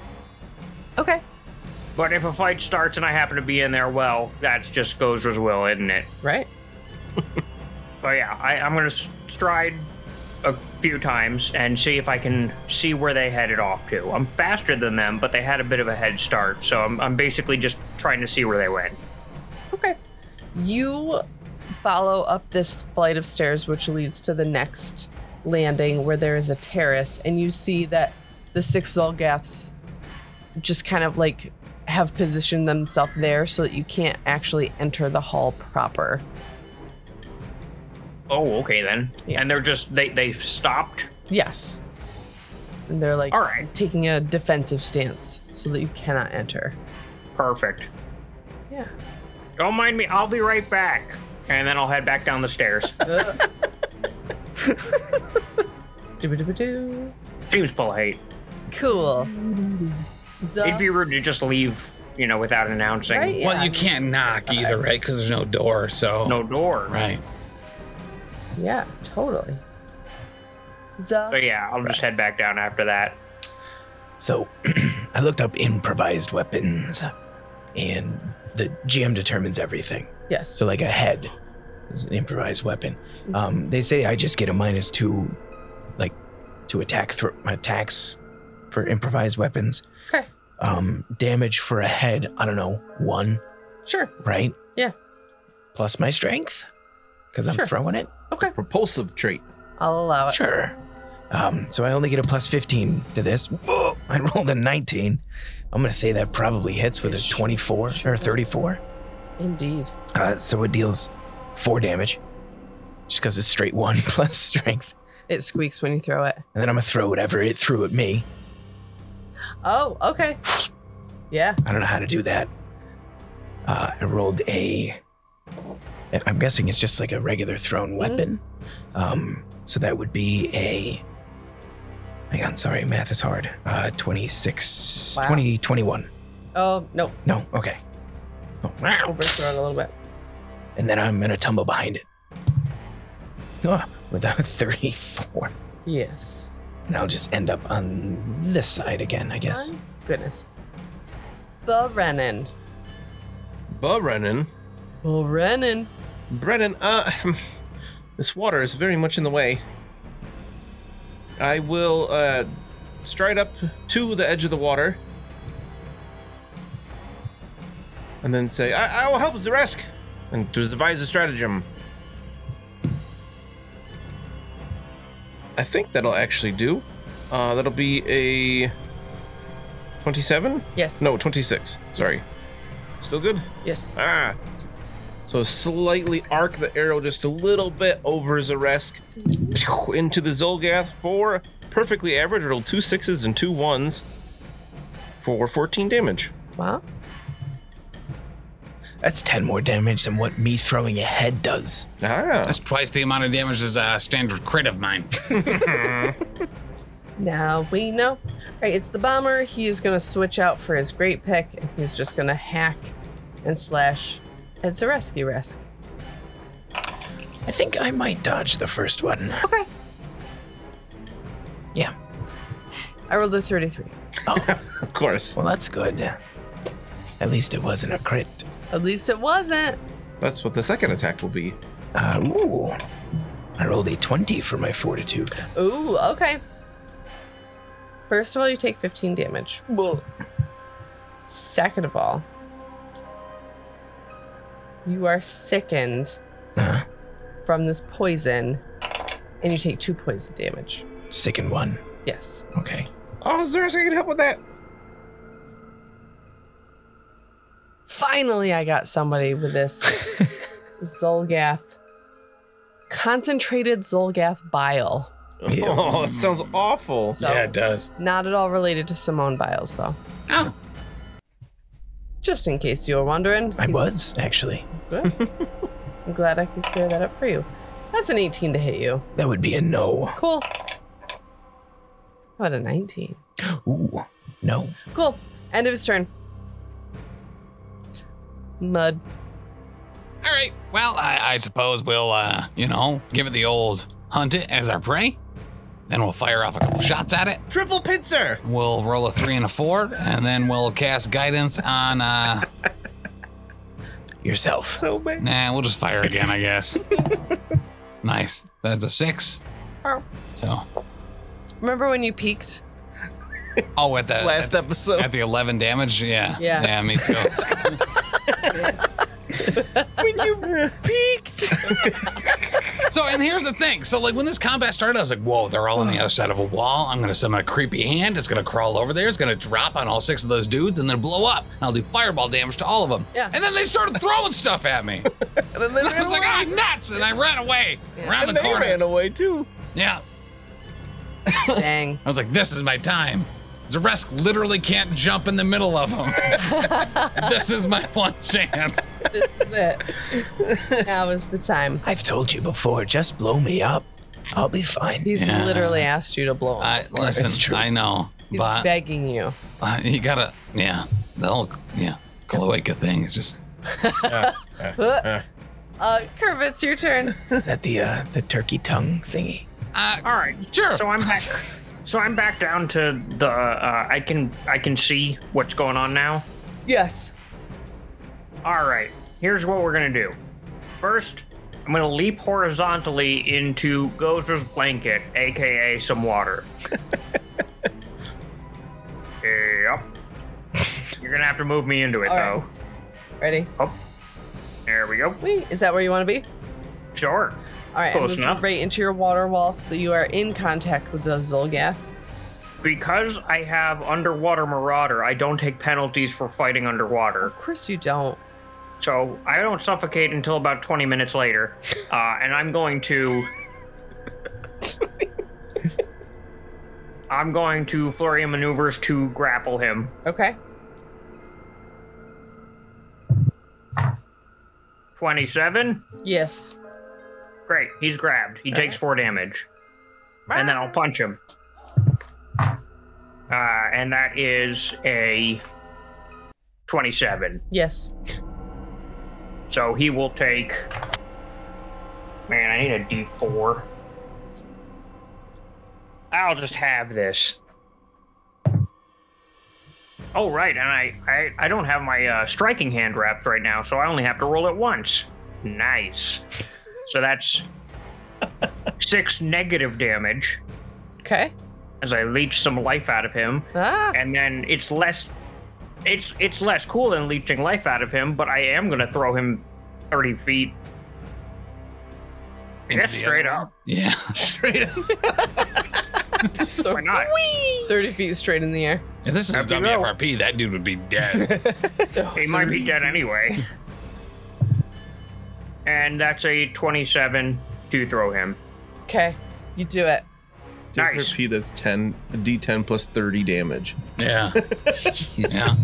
S3: Okay.
S6: But if a fight starts and I happen to be in there, well, that's just goes as will, isn't it?
S3: Right.
S6: But yeah, I, I'm gonna s- stride a few times and see if I can see where they headed off to. I'm faster than them, but they had a bit of a head start, so I'm, I'm basically just trying to see where they went.
S3: Okay. You follow up this flight of stairs, which leads to the next landing where there is a terrace, and you see that the six Zolgaths just kind of like have positioned themselves there so that you can't actually enter the hall proper.
S6: Oh, okay then.
S3: Yeah.
S6: And they're just they they've stopped.
S3: Yes. And they're like
S6: All right,
S3: taking a defensive stance so that you cannot enter.
S6: perfect.
S3: Yeah.
S6: Don't mind me. I'll be right back. And then I'll head back down the stairs.
S3: Ugh. Doo-ba-doo-ba-doo.
S6: Seems polite.
S3: cool. Zo-
S6: It'd be rude to just leave, you know, without announcing.
S3: Right? Yeah.
S2: Well, you can't knock either, right? Because there's no door, so.
S6: No door.
S2: Right.
S3: Yeah, totally.
S6: So
S3: Za.
S6: Oh, yeah, I'll just head back down after that.
S5: So I looked up improvised weapons, and the GM determines everything.
S3: Yes.
S5: So like a head is an improvised weapon.
S3: Mm-hmm.
S5: Um, they say I just get a minus two, like to attack thro- attacks for improvised weapons.
S3: Okay.
S5: Um, damage for a head, I don't know, one,
S3: sure.
S5: right?
S3: Yeah.
S5: Plus my strength, because I'm
S3: Sure.
S5: throwing it.
S3: Okay.
S4: Propulsive trait.
S3: I'll allow it.
S5: Sure. Uh, Um, so I only get a plus 15 to this. Whoa, I rolled a 19. I'm going to say that probably hits with a 24
S3: sure
S5: or
S3: does.
S5: 34.
S3: Indeed.
S5: Uh, so it deals four damage just because it's straight one plus strength.
S3: It squeaks when you throw it.
S5: And then I'm going to throw whatever it threw at me.
S3: Oh, okay. Yeah.
S5: I don't know how to do that. Uh, I rolled a. I'm guessing it's just like a regular thrown weapon. Um, so that would be a. Hang on, sorry, math is hard. Uh, 26,
S3: Wow.
S5: 20, 21.
S3: Oh, no.
S5: No, okay. Oh, wow.
S3: Overthrown a little bit.
S5: And then I'm going to tumble behind it. Ah, with a 34.
S3: Yes.
S5: And I'll just end up on this side again, I guess.
S3: My Goodness. Brennan.
S4: Brennan.
S3: Well, Renan.
S4: Brennan, uh, this water is very much in the way. I will uh, stride up to the edge of the water, and then say, "I, I will help Zeresk," and to devise a stratagem. I think that'll actually do. Uh, that'll be a twenty-seven.
S3: Yes.
S4: No, twenty-six. Sorry,
S3: Yes.
S4: still good.
S3: Yes.
S4: Ah. So slightly arc the arrow just a little bit over Zaresk Pew, into the Zolgath for perfectly average. It'll two sixes and two ones for 14 damage.
S3: Wow.
S5: That's 10 more damage than what me throwing a head does.
S4: Ah.
S2: That's twice the amount of damage as a standard crit of mine.
S3: Now we know. All right, it's the bomber. He is going to switch out for his great pick, and he's just going to hack and slash. It's a rescue risk.
S5: I think I might dodge the first one.
S3: Okay.
S5: Yeah.
S3: I rolled a 33.
S4: Of course.
S5: Well, that's good. At least it wasn't a crit.
S3: At least it wasn't.
S4: That's what the second attack will be.
S5: Uh, ooh. I rolled a 20 for my fortitude.
S3: Ooh, okay. First of all, you take 15 damage.
S5: Well,
S3: Second of all, you are sickened
S5: uh,
S3: from this poison, and you take two poison damage.
S5: second one.
S3: Yes.
S5: Okay.
S4: Oh, Zaresk, I can help with that.
S3: Finally, I got somebody with this Zolgath. Concentrated Zolgath bile.
S5: Yeah.
S4: Oh, that sounds awful.
S3: So,
S5: does.
S3: not at all related to Simone Biles, though.
S2: Oh.
S3: Just in case you were wondering.
S5: I
S3: he's-
S5: was, actually.
S3: I'm glad I could clear that up for you. That's an 18 to hit you.
S5: That would be a no.
S3: Cool. What a 19.
S5: Ooh. No.
S3: Cool. End of his turn. Mud.
S2: All right. Well, I, I suppose we'll, uh, you know, give it the old hunt it as our prey. Then we'll fire off a couple shots at it.
S4: Triple pincer.
S2: We'll roll a three and a four, and then we'll cast guidance on. uh
S5: Yourself.
S4: So bad.
S2: Nah, we'll just fire again, I guess. nice. That's a six. So,
S3: Remember when you peeked?
S2: oh, at the
S4: Last
S2: at,
S4: episode.
S2: at the eleven damage. Yeah.
S3: Yeah.
S2: Yeah. Me too.
S4: when you peeked.
S2: So, and here's the thing. So, like, when this combat started, I was like, whoa, they're all on the other side of a wall. I'm going to summon a creepy hand. It's going to crawl over there. It's going to drop on all six of those dudes and then blow up. And I'll do fireball damage to all of them.
S3: Yeah.
S2: And then they started throwing stuff at me.
S4: And then they
S2: I was like, ah, nuts. And I ran away
S3: Yeah.
S2: around
S4: and
S2: the
S4: they
S2: corner.
S4: ran away too.
S2: Yeah.
S3: Dang.
S2: I was like, this is my time. Zaresk literally can't jump in the middle of them. this is my one chance.
S3: This is it. now is the time.
S5: I've told you before, just blow me up. I'll be fine.
S3: He's
S2: Yeah.
S3: literally asked you to blow him.
S2: I, listen,
S5: It's true.
S2: I know.
S3: He's
S2: but
S3: begging you.
S2: uh, you got to, yeah. The whole, yeah, cloaca thing is just.
S3: Uh, Curve, it's your turn.
S5: Is that the uh, the turkey tongue thingy?
S2: Uh,
S6: All right.
S2: Sure.
S6: So I'm back. So I'm back down to the. Uh, I can I can see what's going on now.
S3: Yes.
S6: All right. Here's what we're gonna do. First, I'm gonna leap horizontally into Gozer's blanket, aka some water. yep. You're gonna have to move me into it
S3: All right.
S6: though.
S3: Ready?
S6: There we go.
S3: Wait, is that where you want to be?
S6: Sure.
S3: All right,
S6: Close
S3: I moved
S6: enough.
S3: right into your water wall so that you are in contact with the Zolgath.
S6: Because I have underwater marauder, I don't take penalties for fighting underwater.
S3: Of course you don't.
S6: So I don't suffocate until about 20 minutes later. Uh, and I'm going to. I'm going to flurry of maneuvers to grapple him.
S3: Okay.
S6: 27?
S3: Yes.
S6: Great. He's grabbed. He takes four damage. And then I'll punch him. Uh, and that is a 27.
S3: Yes.
S6: So he will take. Man, I need a d4. I'll just have this. Oh right, and I I, I don't have my uh, striking hand wrapped right now, so I only have to roll it once. Nice. So that's six negative damage
S3: Okay.
S6: as I leech some life out of him,
S3: Ah.
S6: and then it's less it's it's less cool than leeching life out of him, but I am gonna throw him thirty feet. I
S2: Into
S6: guess
S2: the
S6: straight
S2: other
S6: up.
S2: Yeah.
S5: Straight up.
S3: So
S6: Why not?
S3: 30 feet straight in the air.
S2: If this is
S6: Happy now.
S2: WFRP, that dude would be dead.
S3: So
S6: He might be dead anyway. And that's a 27 to throw him.
S3: Okay. You do it.
S6: Nice.
S4: P, that's 10, D10 plus 30 damage.
S2: yeah. Yeah.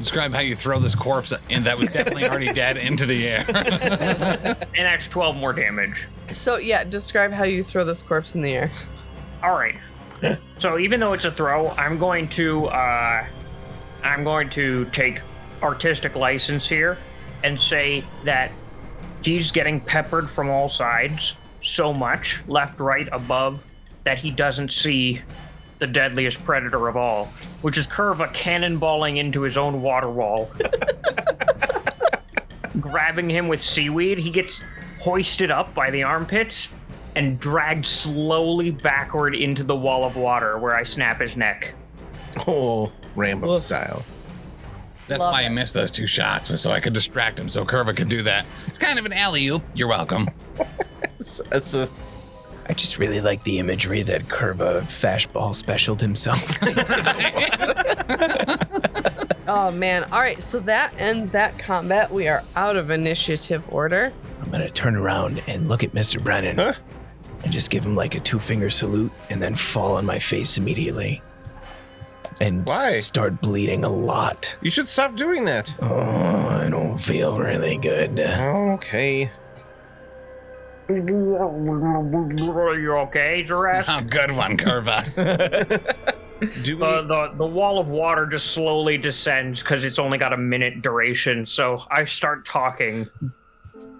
S2: Describe how you throw this corpse, and that was definitely already dead, into the air.
S6: And that's 12 more damage.
S3: So, yeah, describe how you throw this corpse in the air.
S6: All right. So even though it's a throw, I'm going to uh, I'm going to take artistic license here and say that he's getting peppered from all sides so much, left, right, above, that he doesn't see the deadliest predator of all, which is Curva cannonballing into his own water wall, grabbing him with seaweed. He gets hoisted up by the armpits and dragged slowly backward into the wall of water where I snap his neck.
S4: Oh, Rambo
S3: Oof.
S4: style.
S2: That's
S3: Love
S2: why I
S3: it.
S2: missed those two shots, was so I could distract him, so Curva could do that. It's kind of an alley oop. You're welcome.
S4: It's, it's a,
S5: I just really like the imagery that Kerba fastball specialed himself.
S3: Oh, man. All right. So that ends that combat. We are out of initiative order.
S5: I'm gonna turn around and look at Mr. Brennan
S4: Huh?
S5: and just give him like a two finger salute and then fall on my face immediately. And
S4: Why?
S5: start bleeding a lot.
S4: you should stop doing that.
S5: Oh, I don't feel really good.
S4: Okay.
S6: Are you okay, Jurassic?
S2: Oh, good one, Curva.
S5: Oh
S4: Do we, uh,
S6: The, the the wall of water just slowly descends because it's only got a minute duration. So I start talking.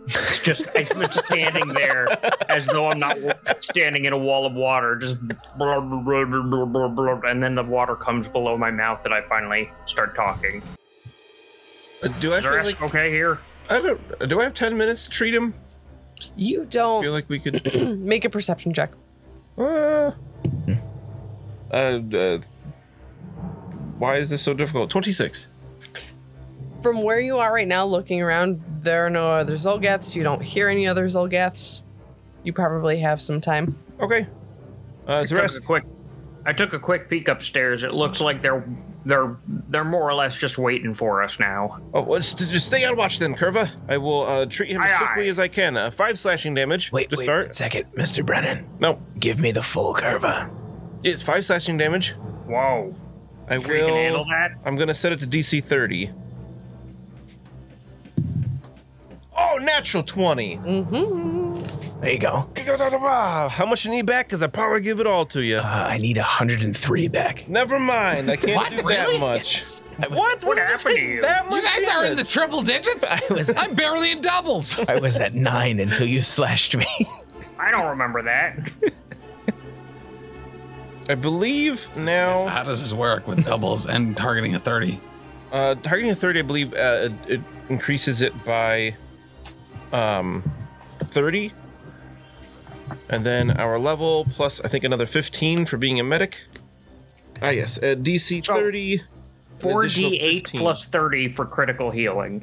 S6: It's just I'm just standing there as though I'm not standing in a wall of water. Just blah, blah, blah, blah, blah, blah, blah, and then the water comes below my mouth, and I finally start talking.
S4: uh, do I
S6: Is
S4: feel
S6: Jurassic
S4: like,
S6: okay here?
S4: I don't, uh, do I have 10 minutes to treat him?
S3: You
S4: I feel
S3: don't
S4: like we could
S3: make a perception check.
S4: Uh, uh, uh, why is this so difficult? 26.
S3: From where you are right now, looking around, there are no other Zolgaths. You don't hear any other Zolgaths. You probably have some time.
S4: Okay. Uh,
S6: I took a
S4: Zerask,
S6: quick. I took a quick peek upstairs. It looks like they're they're they're more or less just waiting for us now.
S4: oh, let's just just stay on watch then, Curva. I will uh, treat him as
S6: Aye,
S4: quickly
S6: aye.
S4: as I can. Uh, five slashing damage
S5: Wait,
S4: to
S5: wait one
S4: start.
S5: second, Mr. Brennan.
S4: No,
S5: Give me the full curva.
S4: it's five slashing damage.
S6: Whoa!
S4: I
S6: Sure you can handle
S4: will.
S6: that?
S4: I'm gonna set it to DC 30. Oh, natural 20.
S6: Mm.
S3: Mm-hmm.
S5: There you go.
S4: How much you need back? Because I probably give it all to you.
S5: Uh, I need 103 back.
S4: Never mind. I can't
S2: What?
S4: do
S2: Really?
S4: that much.
S5: I was,
S4: What?
S6: What
S4: did I
S6: happened
S4: take
S6: to you?
S4: That
S2: You
S4: much
S2: guys are in the
S4: damage?
S2: triple digits?
S5: I was,
S2: I'm barely in doubles.
S5: I was at nine until you slashed me.
S6: I don't remember that.
S4: I believe
S5: Oh.
S4: now.
S2: How does this work with doubles and targeting a 30?
S4: Uh, targeting a 30, I believe uh, it, it increases it by um, 30. And then our level plus, I think, another 15 for being a medic. Ah, yes. Uh, DC
S6: So-
S4: 30
S6: Four
S4: additional
S6: D eight
S4: 15.
S6: plus thirty for critical healing.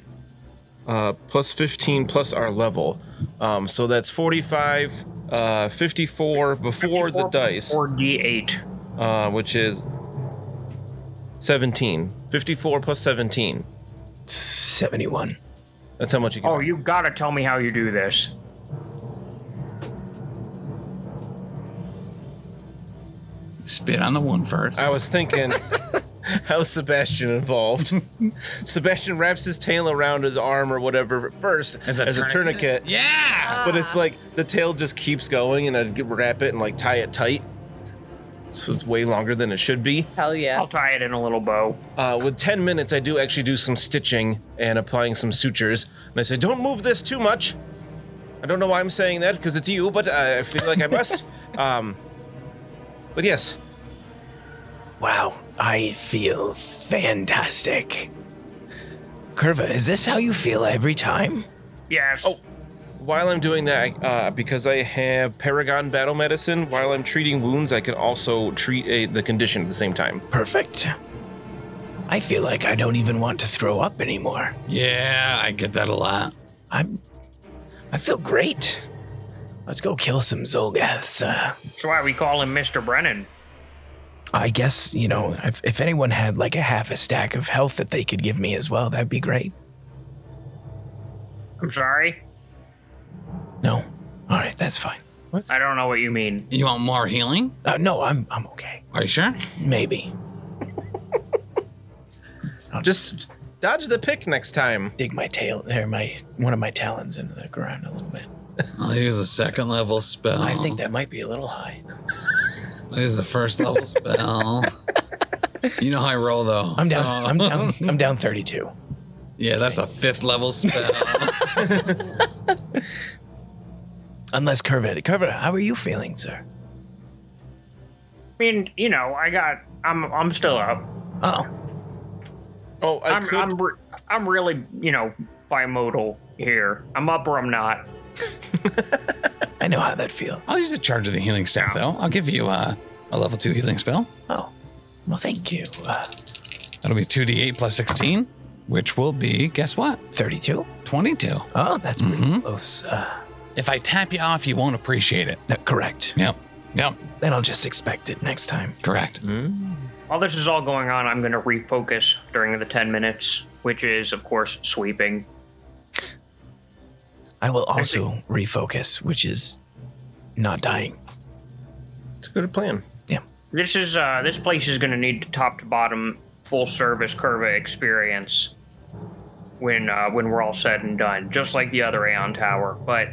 S4: uh, plus 15 plus our level. Um, so that's 45, uh, 54 before the dice,
S6: Four D eight.
S4: uh, which is 17. 54 plus 17.
S5: 71.
S4: That's how much you get.
S6: Oh, you gotta tell me how you do this.
S2: Spit on the one
S5: Uh.
S2: first.
S4: I was thinking, how's Sebastian involved? Sebastian wraps his tail around his arm or whatever first as a, tourniquet,
S2: Yeah!
S4: but it's like the tail just keeps going, and I would wrap it and like tie it tight. So it's way longer than it should be.
S3: Hell yeah.
S6: I'll tie it in a little bow.
S4: Uh, with 10 minutes, I do actually do some stitching and applying some sutures. And I say, don't move this too much. I don't know why I'm saying that because it's you, but I I feel like I must. um, but yes,
S5: Wow, I feel fantastic. Curva, is this how you feel every time?
S6: Yes.
S4: Oh. While I'm doing that, I- uh, because I have Paragon Battle Medicine, while I'm treating wounds, I can also treat a, the condition at the same time.
S5: Perfect. I feel like I don't even want to throw up anymore.
S2: Yeah, I get that a lot.
S5: I'm. I feel great. Let's go kill some Zolgaths. Uh,
S6: That's why we call him Mr. Brennan.
S5: I guess, you know, if, if anyone had like a half a stack of health that they could give me as well, that'd be great.
S6: I'm sorry.
S5: No? All right, that's fine.
S6: I don't know what you mean.
S2: You want more healing?
S5: Uh, no, I'm, I'm okay.
S2: Are you sure?
S5: Maybe. I'll just
S4: Just dodge the pick next time.
S5: dig my tail there, my one of my talons into the ground a little bit.
S2: I'll use Oh, a second level spell.
S5: I think that might be a little high.
S2: I'll use the first level spell. You know how I roll though.
S5: I'm down.
S2: so-
S5: I'm down. I'm down 32.
S2: Yeah, that's a fifth level spell.
S5: Unless Curva, Curva, how are you feeling, sir?
S6: I mean, you know, I got. I'm. I'm still up.
S5: Oh,
S4: Oh, I
S6: I'm.
S4: could.
S6: I'm. Re- I'm really. You know, bimodal here. I'm up or I'm not.
S5: I know how that feels.
S2: I'll use the charge of the healing staff though. I'll give you uh, a level two healing spell.
S5: Oh, well, thank you. Uh,
S2: That'll be two d8 plus sixteen, which will be guess what,
S5: 32.
S2: twenty-two.
S5: Oh, that's pretty
S2: Mhm.
S5: close. Uh,
S2: If I tap you off, you won't appreciate it.
S5: no, correct.
S2: Yep. Yep.
S5: Then I'll just expect it next time.
S2: Correct.
S4: Hmm?
S6: While this is all going on, I'm going to refocus during the 10 minutes, which is, of course, sweeping.
S5: I will also refocus, which is not dying.
S4: It's a good plan.
S6: This is. Uh, this place is going to need the top to bottom full service curva experience when uh, when we're all said and done, just like the other Aeon Tower. But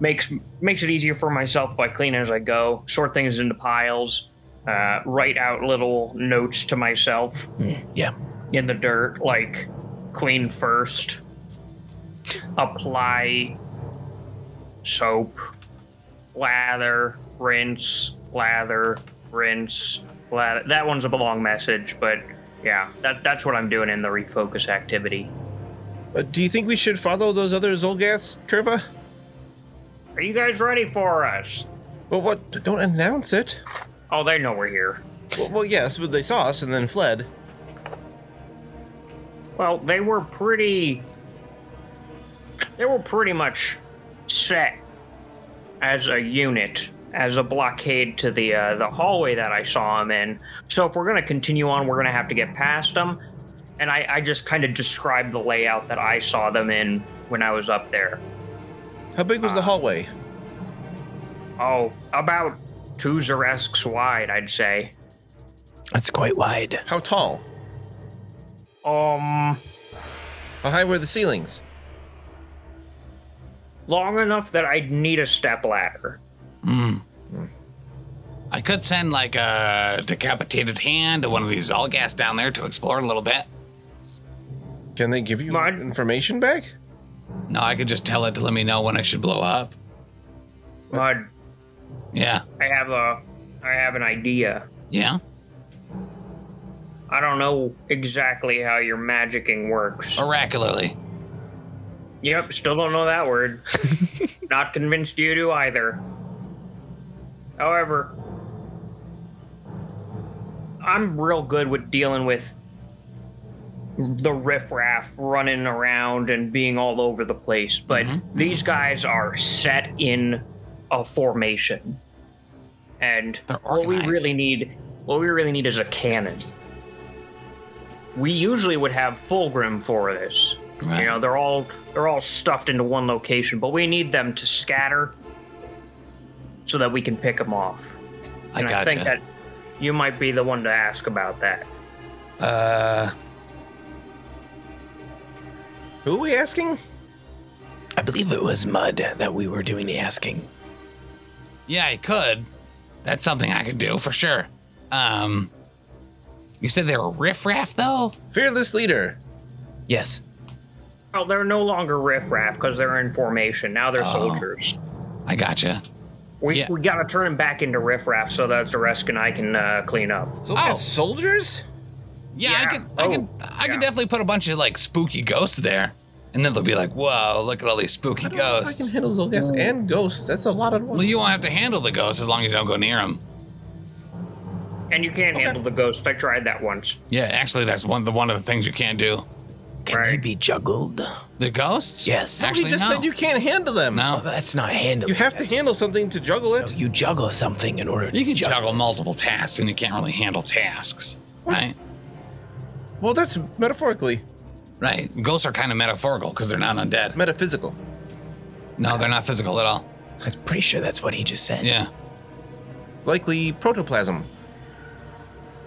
S6: makes makes it easier for myself by cleaning as I go, sort things into piles, uh, write out little notes to myself
S5: Mm, yeah.
S6: in the dirt, like clean first, apply soap, lather, rinse, lather, rinse, lather. That one's a long message, but yeah, that, that's what I'm doing in the refocus activity.
S4: Uh, do you think we should follow those other Zolgaths, Curva?
S6: Are you guys ready for us?
S4: Well, what? Don't announce it.
S6: Oh, they know we're here.
S4: Well, well, yes, but they saw us and then fled.
S6: Well, they were pretty. They were pretty much set as a unit, as a blockade to the uh, the hallway that I saw them in. So if we're gonna continue on, we're gonna have to get past them. And I, I just kind of described the layout that I saw them in when I was up there.
S4: How big was the hallway?
S6: Oh, about two Zaresks wide, I'd say.
S5: That's quite wide.
S4: How tall?
S6: Um,
S4: How high were the ceilings?
S6: long enough that I'd need a step ladder.
S2: Mm. I could send like a decapitated hand to one of these all gas down there to explore a little bit.
S4: Can they give you
S6: Mine-
S4: information back?
S2: No, I could just tell it to let me know when I should blow up.
S6: But
S2: Yeah.
S6: I have a, I have an idea.
S2: Yeah.
S6: I don't know exactly how your magicking works.
S2: Oracularly.
S6: Yep, still don't know that word. Not convinced you do either. However, I'm real good with dealing with the riffraff running around and being all over the place, but
S2: Mhm.
S6: these guys are set in a formation. And
S2: They're
S6: what we
S2: organized.
S6: really need what we really need is a cannon. We usually would have Fulgrim for this.
S2: Right.
S6: You know, they're all they're all stuffed into one location, but we need them to scatter so that we can pick them off.
S2: I
S6: and
S2: gotcha.
S6: I think that you might be the one to ask about that.
S2: uh,
S4: Who are we asking?
S5: I believe it was mud that we were doing the asking.
S2: yeah, I could. That's something I could do for sure. Um, you said they were riffraff though.
S4: Fearless leader.
S5: Yes.
S6: Well, they're no longer riffraff because they're in formation. Now they're
S2: Oh.
S6: soldiers.
S2: I gotcha.
S6: We,
S2: Yeah.
S6: we gotta turn him back into riffraff so that Zaresk and I can uh, clean up.
S4: So we got
S2: Oh.
S4: soldiers?
S2: Yeah, I
S6: Yeah.
S2: could, I could,
S6: Oh,
S2: I could
S6: yeah.
S2: definitely put a bunch of like spooky ghosts there, and then they'll be like, "Whoa, look at all these spooky
S4: I can
S2: ghosts."
S4: handle Zolgas and ghosts. That's a lot of
S2: Well, you won't have to handle the ghosts as long as you don't go near them.
S6: And you can handle the ghost. I tried that once.
S2: Yeah, actually, that's one the one of the things you can't do.
S5: Can they
S6: Right.
S5: be juggled?
S2: The ghosts?
S5: Yes.
S4: Somebody
S2: actually,
S4: just
S2: no.
S4: said you can't handle them.
S5: Oh,
S2: no.
S5: that's not handling.
S4: You have to
S5: That's-
S4: handle something to juggle it.
S5: You juggle something in order to
S2: You can
S5: juggle.
S2: juggle multiple tasks, and you can't really handle tasks, right?
S4: Well, that's metaphorically
S2: Right. Ghosts are kind of metaphorical because they're not undead.
S4: metaphysical.
S2: No, they're not physical at all.
S5: I'm pretty sure that's what he just said.
S2: Yeah.
S4: Likely protoplasm.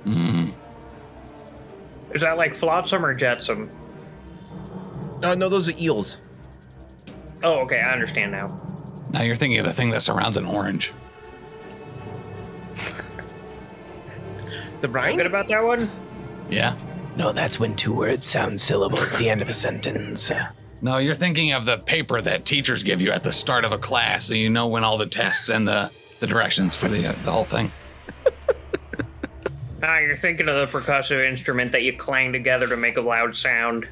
S2: Mm.
S6: Is that like flotsam or jetsam?
S4: No, no, those are eels.
S6: Oh, okay, I understand now.
S2: Now you're thinking of the thing that surrounds an orange.
S4: The rind?
S6: Good about that one?
S2: Yeah.
S5: No, that's when two words sound syllable at the end of a sentence. Uh,
S2: No, you're thinking of the paper that teachers give you at the start of a class, so you know when all the tests and the, the directions for the uh, the whole thing.
S6: Ah, you're thinking of the percussive instrument that you clang together to make a loud sound.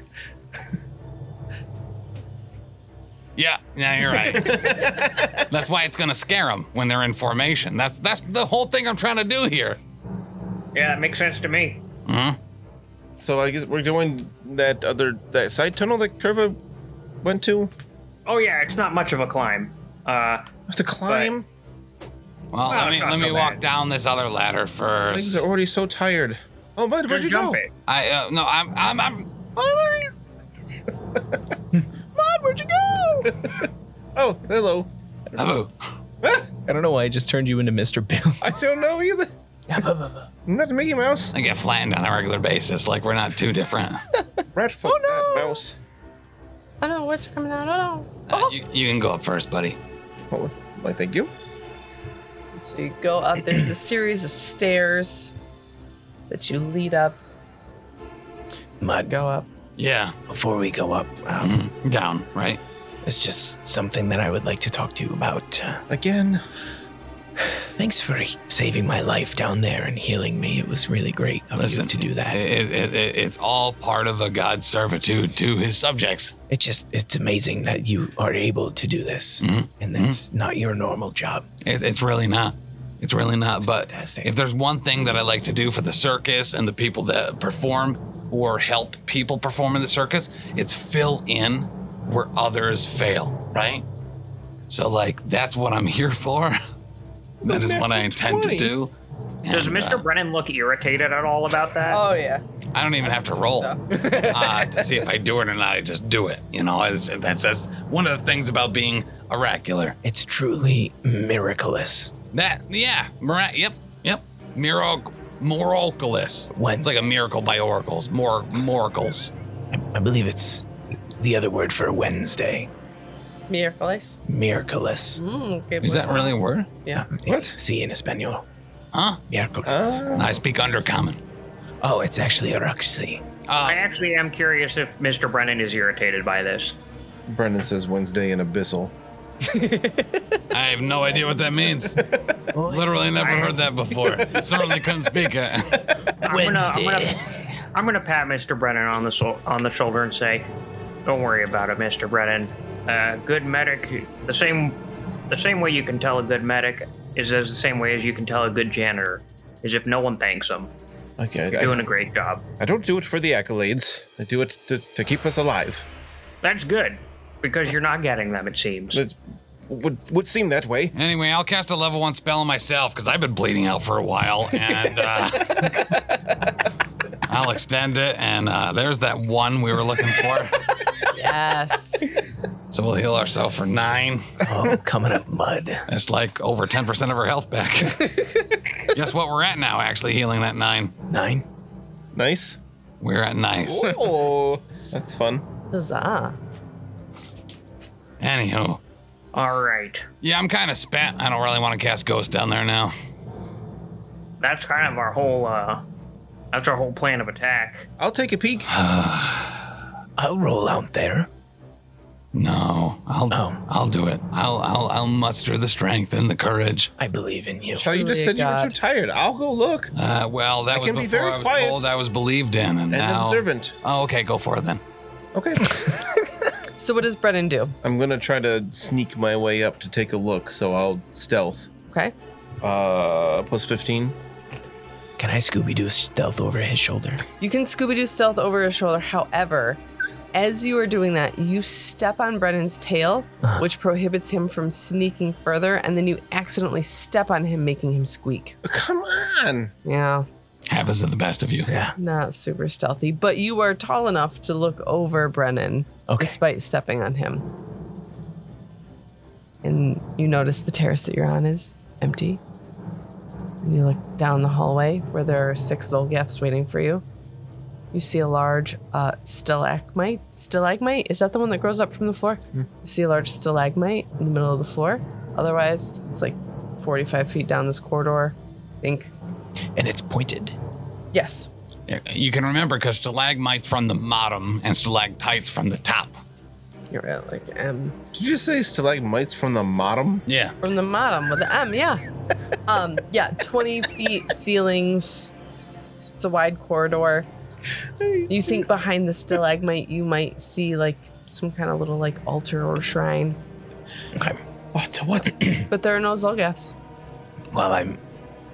S2: Yeah, yeah, you're right. that's why it's gonna scare them when they're in formation. That's that's the whole thing I'm trying to do here.
S6: Yeah, that makes sense to me.
S4: So I guess we're doing that other that side tunnel that Curva went to.
S6: Oh yeah, it's not much of a climb. Uh,
S4: have to climb.
S2: Well,
S6: Well,
S2: let me
S6: it's not
S2: let
S6: so
S2: me walk
S6: bad.
S2: down this other ladder
S4: Things
S2: first.
S4: are already so tired. Oh, but where'd
S6: just
S4: you
S6: jump
S4: go?
S6: it.
S2: I uh, no, I'm I'm I'm
S4: Mom, where'd you go? oh, hello.
S2: Abu.
S5: I don't know why I just turned you into Mr. Bill.
S4: I don't know either. I'm not Mickey Mouse.
S2: I get flattened on a regular basis. Like we're not too different.
S4: Rat fuck that mouse.
S3: I don't know what's coming out. I don't know.
S2: Uh, you, you can go up first, buddy.
S4: Oh, like thank you.
S3: So you go up. There's a series of stairs that you lead up.
S5: Mud,
S3: Go up.
S2: Yeah,
S5: before we go up, um,
S2: Mm, down, right?
S5: it's just something that I would like to talk to you about. Uh,
S4: Again.
S5: thanks for saving my life down there and healing me. It was really great of
S2: Listen,
S5: you to do that.
S2: It, it, it, it's all part of a god's servitude to his subjects.
S5: It's just, it's amazing that you are able to do this.
S2: Mm-hmm.
S5: And that's not your normal job.
S2: It, it's really not. It's really not. But
S5: fantastic.
S2: if there's one thing that I like to do for the circus and the people that perform or help people perform in the circus, it's fill in where others fail, right? So, like, that's what I'm here for. that is what I intend to do.
S6: Does
S2: And,
S6: Mr.
S2: uh,
S6: Brennan look irritated at all about that?
S3: Oh yeah.
S2: I don't even have to roll uh, to see if I do it or not. I just do it. You know, it's, that's, that's one of the things about being oracular.
S5: It's truly miraculous.
S2: That, yeah, mira- yep, yep. Miracle, Morocles.
S5: When-
S2: It's like a miracle by oracles. More moracles.
S5: I, I believe it's the other word for Wednesday.
S3: Miracles.
S5: Miraculous.
S3: Mm, good
S2: Is that
S3: one.
S2: really a word?
S3: Yeah.
S5: What? See in Espanol.
S2: Huh?
S5: Miércoles.
S4: Uh,
S2: I speak undercommon.
S5: oh, it's actually Araxi.
S6: I
S2: Uh,
S6: actually am curious if Mr. Brennan is irritated by this.
S4: Brendan says Wednesday in Abyssal.
S2: I have no idea what that means. Literally never heard that before. Certainly couldn't speak it.
S6: I'm gonna, I'm, gonna, I'm gonna pat Mr. Brennan on the so- on the shoulder and say, "Don't worry about it, Mr. Brennan. Uh, good medic, the same the same way you can tell a good medic is as the same way as you can tell a good janitor is if no one thanks them.
S4: Okay,
S6: You're
S4: I,
S6: doing a great job.
S4: I don't do it for the accolades. I do it to, to keep us alive.
S6: That's good because you're not getting them. It seems.
S4: It would would seem that way.
S2: Anyway, I'll cast a level one spell on myself because I've been bleeding out for a while, and uh, I'll extend it. And uh, there's that one we were looking for.
S3: Yes.
S2: So we'll heal ourselves for nine.
S5: Oh, coming up mud.
S2: That's like over 10% of her health back. Guess what we're at now, actually, healing that nine?
S5: Nine.
S4: Nice.
S2: We're at nice.
S4: Oh, that's fun.
S3: Huzzah.
S2: Anywho.
S6: All right,
S2: Yeah, I'm kind of spent. I don't really want to cast Ghost down there now.
S6: that's kind of our whole. Uh, that's our whole plan of attack.
S4: I'll take a peek.
S5: I'll roll out there.
S2: No, I'll
S5: Oh.
S2: I'll do it. I'll I'll I'll muster the strength and the courage.
S5: I believe in you.
S4: So you just
S3: Truly
S4: said you were
S3: God.
S4: too tired. I'll go look.
S2: Uh, well, that
S4: I
S2: was
S4: can be
S2: before
S4: very
S2: I was
S4: quiet
S2: told I was believed in, and,
S4: And
S2: now.
S4: observant.
S2: Oh, okay, go for it then.
S4: Okay.
S3: So what does Brennan do?
S4: I'm gonna try to sneak my way up to take a look, so I'll stealth.
S3: Okay.
S4: Uh plus fifteen.
S5: Can I Scooby Doo stealth over his shoulder?
S3: You can Scooby Doo stealth over his shoulder. However, as you are doing that, you step on Brennan's tail,
S5: Uh-huh.
S3: which prohibits him from sneaking further, and then you accidentally step on him, making him squeak.
S4: Come on.
S3: Yeah,
S2: Happens to the best of you.
S5: Yeah.
S3: not super stealthy, but you are tall enough to look over Brennan
S5: Okay.
S3: despite stepping on him. And you notice the terrace that you're on is empty. And you look down the hallway where there are six Zolgaths waiting for you. You see a large uh, stalagmite. Stalagmite? Is that the one that grows up from the floor? You see a large stalagmite in the middle of the floor. Otherwise, it's like 45 feet down this corridor. I think.
S5: And it's pointed.
S3: Yes.
S2: You can remember because stalagmites from the bottom and stalactites from the top.
S3: You're at like M.
S4: Did you just say stalagmites from the bottom?
S2: Yeah.
S3: From the bottom with the M, yeah. Um, yeah, 20 feet ceilings. It's a wide corridor. You think behind the stalagmite you might see like some kind of little like altar or shrine.
S5: What? What?
S3: But there are no Zolgaths.
S5: While I'm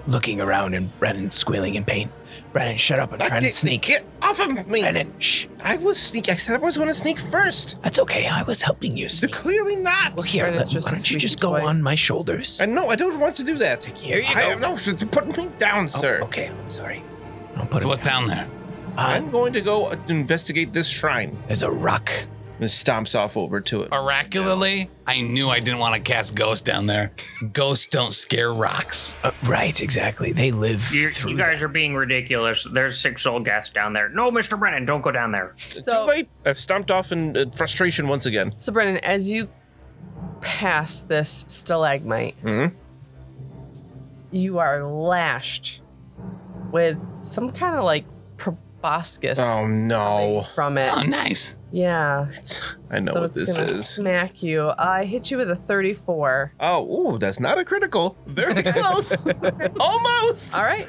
S5: looking around and Brennan's squealing in pain. Brennan, shut up. I'm trying to sneak.
S4: Get off of me!
S5: Brennan, shh.
S4: I was sneak. I said I was going to sneak first.
S5: That's okay. I was helping you
S4: They're
S5: sneak.
S4: clearly not.
S5: Well, here,
S3: Brennan's
S5: let-
S3: just
S5: why
S3: a
S5: don't you just
S3: squeaky
S5: go
S3: toy.
S5: on my shoulders?
S4: I know. I don't want to do that.
S5: Here you
S4: I,
S5: go.
S4: no, s- put me down,
S5: Oh,
S4: sir.
S5: okay, I'm sorry. Don't put
S2: So
S5: it.
S2: what's down there?
S5: Uh,
S4: I'm going to go uh, investigate this shrine.
S5: there's a rock.
S4: And stomps off over to it.
S2: Oracularly, I knew I didn't want to cast ghosts down there. Ghosts don't scare rocks.
S5: Uh, right, exactly. They live
S6: You're,
S5: through.
S6: you
S5: that.
S6: guys are being ridiculous. There's six old gas down there. No, Mr. Brennan, don't go down there.
S4: Too
S3: So
S4: late. I've stomped off in uh, frustration once again.
S3: So Brennan, as you pass this stalagmite,
S4: Mhm.
S3: you are lashed with some kind of like proboscis
S4: Oh
S3: coming
S4: no!
S3: from it.
S2: Oh, nice.
S3: Yeah.
S4: I know
S3: so
S4: what
S3: it's
S4: this
S3: gonna
S4: is.
S3: smack you. I hit you with a 34.
S4: Oh, ooh, that's not a critical. Very close. Almost.
S3: All right.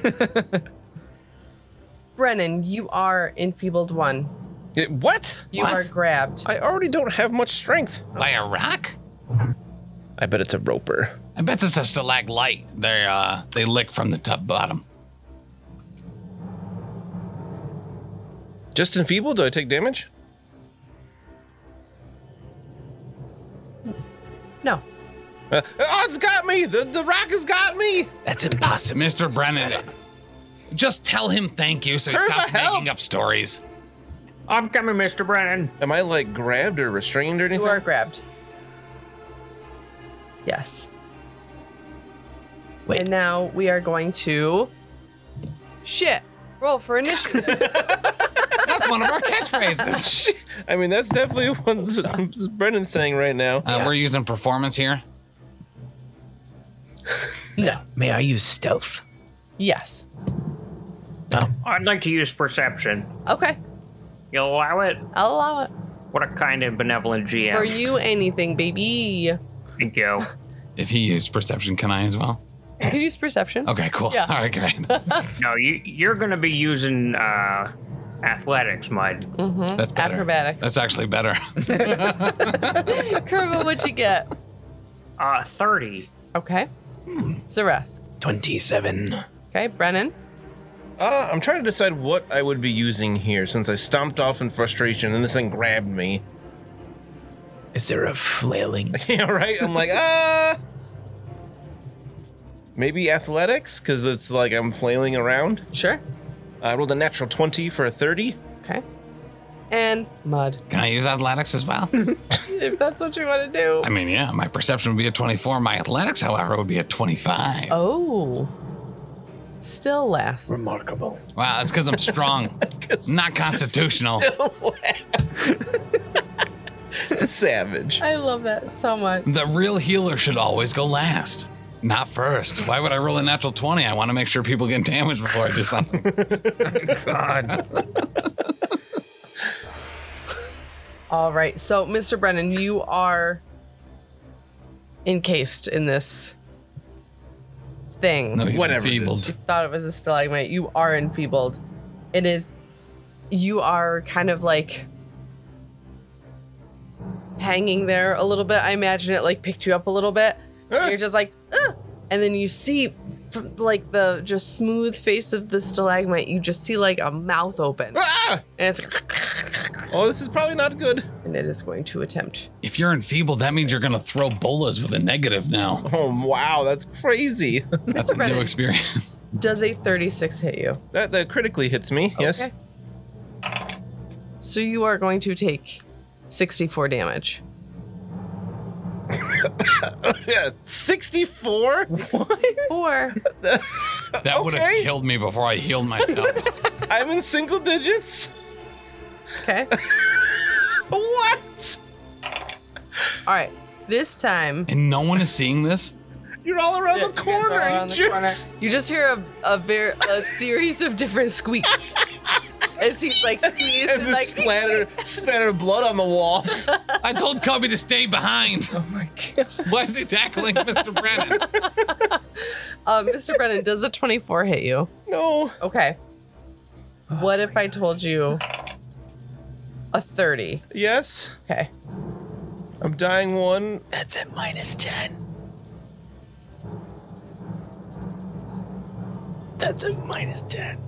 S3: Brennan, you are enfeebled one.
S4: It- what?
S3: You
S2: What?
S3: are grabbed.
S4: I already don't have much strength.
S2: By a rock?
S4: I bet it's a roper.
S2: I bet it's a stalactite. They uh they lick from the top bottom.
S4: Just enfeebled? Do I take damage?
S3: No.
S4: Uh, oh, it's got me. The the rock has got me.
S5: That's impossible.
S2: Mr. Brennan, just tell him thank you so he
S4: Hurry
S2: stops
S4: the hell.
S2: making up stories.
S6: I'm coming, Mr. Brennan.
S4: Am I like grabbed or restrained or
S3: You
S4: anything?
S3: are grabbed. Yes.
S5: Wait.
S3: And now we are going to. Shit. Roll for initiative.
S2: That's one of our catchphrases. Uh,
S4: Shit. I mean, that's definitely what Brendan's saying right now.
S2: Uh, We're using performance here.
S5: No. May I use stealth?
S3: yes.
S5: Oh,
S6: I'd like to use perception.
S3: Okay.
S6: You allow it?
S3: I'll allow it.
S6: What a kind and benevolent GM.
S3: For you, anything, baby.
S6: Thank you.
S2: If he used perception, can I as well?
S3: You can use perception.
S2: Okay, cool.
S3: Yeah.
S2: All right, great.
S6: No, you, you're going to be using uh, athletics, Mud.
S3: Mm-hmm.
S2: That's better.
S3: Acrobatics.
S2: That's actually better.
S3: Kerma, what'd you get?
S6: Uh, 30.
S3: Okay. Zeresk.
S5: 27.
S3: Okay. Brennan.
S4: Uh, I'm trying to decide what I would be using here since I stomped off in frustration and this thing grabbed me.
S5: Is there a flailing?
S4: yeah, right? I'm like, ah. Maybe athletics, because it's like I'm flailing around.
S3: Sure.
S4: I rolled a natural 20 for a 30.
S3: Okay. And mud.
S2: Can I use athletics as well?
S3: if that's what you want to do.
S2: I mean, yeah, my perception would be a 24. My athletics, however, would be a 25.
S3: Oh. Still last.
S5: Remarkable.
S2: Wow, that's because I'm strong. Not constitutional.
S4: Savage.
S3: I love that so much.
S2: The real healer should always go last, not first. Why would I roll a natural 20? I want to make sure people get damaged before I do something. God.
S3: All right. So, Mr. Brennan, you are encased in this thing.
S7: No, he's
S4: Whatever it
S7: enfeebled.
S3: You thought it was a stalagmite. You are enfeebled. It is. You are kind of like hanging there a little bit. I imagine it like picked you up a little bit.
S4: Ah.
S3: You're just like, "Ugh." and then you see, from like the just smooth face of the stalagmite, you just see like a mouth open, and
S4: Ah!
S3: it's like,
S4: Oh, this is probably not good.
S3: and it is going to attempt.
S7: If you're enfeebled, that means you're going to throw bolas with a negative now.
S4: Oh, wow, that's crazy.
S7: That's a new
S3: Brennan.
S7: experience.
S3: Does a 36 hit you?
S4: That that critically hits me. Yes.
S3: Okay. So you are going to take 64 damage.
S4: Yeah, 64? What?
S3: Or
S7: That would have
S4: Okay.
S7: killed me before I healed myself.
S4: I'm in single digits?
S3: okay.
S4: What?
S3: All right. This time,
S7: and no one is seeing this?
S4: You're all around
S3: Yeah,
S4: the
S3: you guys
S4: corner,
S3: are
S4: you
S3: around the
S4: jerks.
S3: corner. You just hear a a, ver- a series of different squeaks as he's like sneezes
S4: And
S3: and
S4: the
S3: like
S4: splatter, splatter of blood on the wall.
S7: I told Cubby to stay behind.
S4: oh my god.
S7: Why is he tackling Mr. Brennan?
S3: uh, Mr. Brennan, does a 24 hit you?
S4: No.
S3: Okay. What if I told you a 30?
S4: Yes.
S3: Okay.
S4: I'm dying one.
S5: That's at minus 10. That's at minus 10.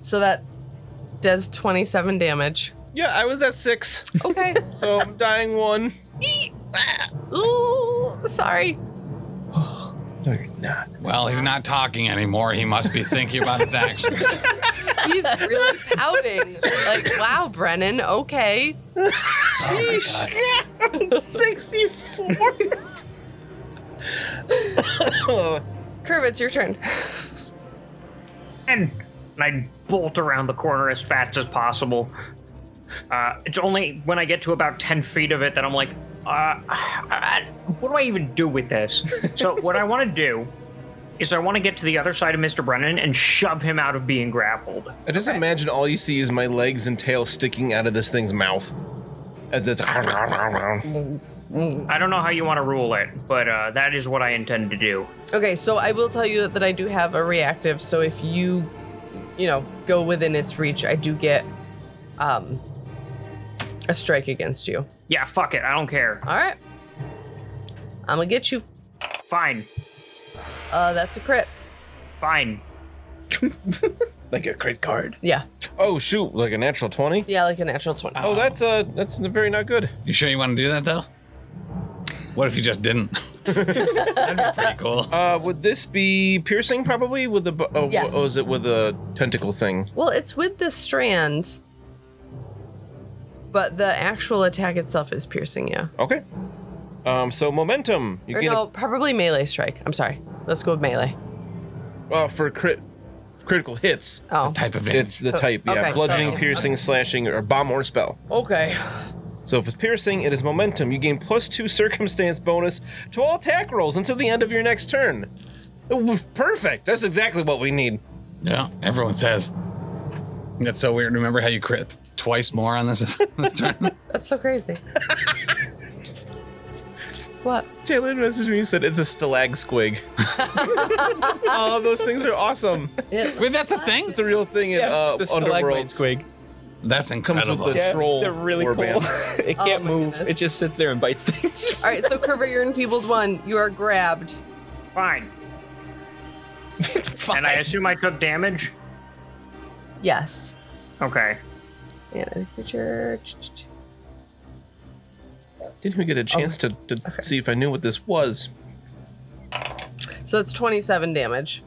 S3: So that does 27 damage.
S4: Yeah, I was at six.
S3: Okay.
S4: So I'm dying one.
S3: Ooh, sorry.
S5: No, you're not.
S7: Well, he's not talking anymore. He must be thinking about his actions.
S3: He's really pouting. Like, wow, Brennan, okay.
S4: Sheesh. 64.
S3: Curve, it's your turn.
S6: And, and I bolt around the corner as fast as possible. Uh, it's only when I get to about 10 feet of it that I'm like, uh, I- what do I even do with this? so, what I want to do is I want to get to the other side of Mr. Brennan and shove him out of being grappled.
S4: I just imagine all you see is my legs and tail sticking out of this thing's mouth. As it's I
S6: I don't know how you want to rule it, but uh, that is what I intend to do.
S3: Okay, so I will tell you that I do have a reactive. So if you, you know, go within its reach, I do get um a strike against you.
S6: Yeah, fuck it. I don't care.
S3: All right, I'm gonna get you.
S6: Fine.
S3: Uh, that's a crit.
S6: Fine.
S5: Like a crit card.
S3: Yeah,
S4: Oh shoot, like a natural 20?
S3: yeah, like a natural twenty.
S4: Oh, that's uh that's very not good.
S7: You sure you want to do that, though? What if you just didn't? That'd be pretty cool.
S4: Uh would this be piercing probably with the bu- oh,
S3: Yes.
S4: oh is it with a tentacle thing?
S3: Well, it's with the strand, but the actual attack itself is piercing you.
S4: Okay. Um so momentum. You
S3: Or
S4: get
S3: no, probably melee strike. I'm sorry. Let's go with melee.
S4: a, uh, for crit critical hits.
S3: Oh,
S7: Type of
S4: It's the
S3: Oh,
S4: type, yeah.
S3: okay.
S4: Bludgeoning,
S3: Okay.
S4: piercing, slashing, or bomb or spell.
S3: okay.
S4: So if it's piercing, it is momentum. You gain plus two circumstance bonus to all attack rolls until the end of your next turn. It was Perfect. That's exactly what we need.
S7: Yeah, everyone says. That's so weird. Remember how you crit twice more on this, this turn?
S3: That's so crazy. what?
S4: Taylor messaged me and said it's a stalag squig. oh, those things are awesome.
S3: It
S7: Wait, that's a thing?
S4: It's a real thing in uh,
S5: it's a
S4: Underworld.
S5: stalagmite squig.
S7: That's
S4: comes
S7: incredible.
S4: with the troll.
S5: They're really cool.
S4: warband.
S5: it
S3: Oh
S5: can't
S3: my
S5: move.
S3: goodness.
S5: It just sits there and bites things.
S3: All right, so Kerber, you're enfeebled one. You are grabbed.
S6: Fine. And I assume I took damage?
S3: Yes.
S6: Okay.
S3: And a creature.
S4: Didn't we get a chance to, to see if I knew what this was?
S3: So it's 27 damage.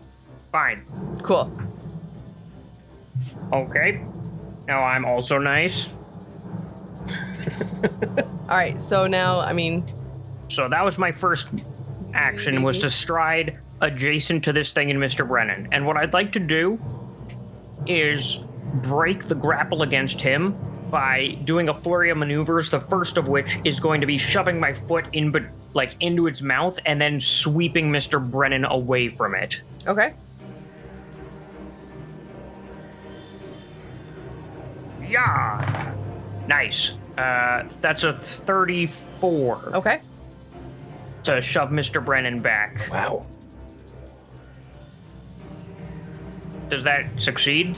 S6: Fine.
S3: Cool.
S6: Okay. Now I'm also nice.
S3: All right, so now, I mean,
S6: So that was my first action was to stride adjacent to this thing in Mr. Brennan. And what I'd like to do is break the grapple against him by doing a flurry of maneuvers, the first of which is going to be shoving my foot in but like into its mouth and then sweeping Mr. Brennan away from it.
S3: okay.
S6: Yeah. Nice. Uh, that's a 34
S3: Okay.
S6: to shove Mr. Brennan back.
S5: Wow.
S6: Does that succeed?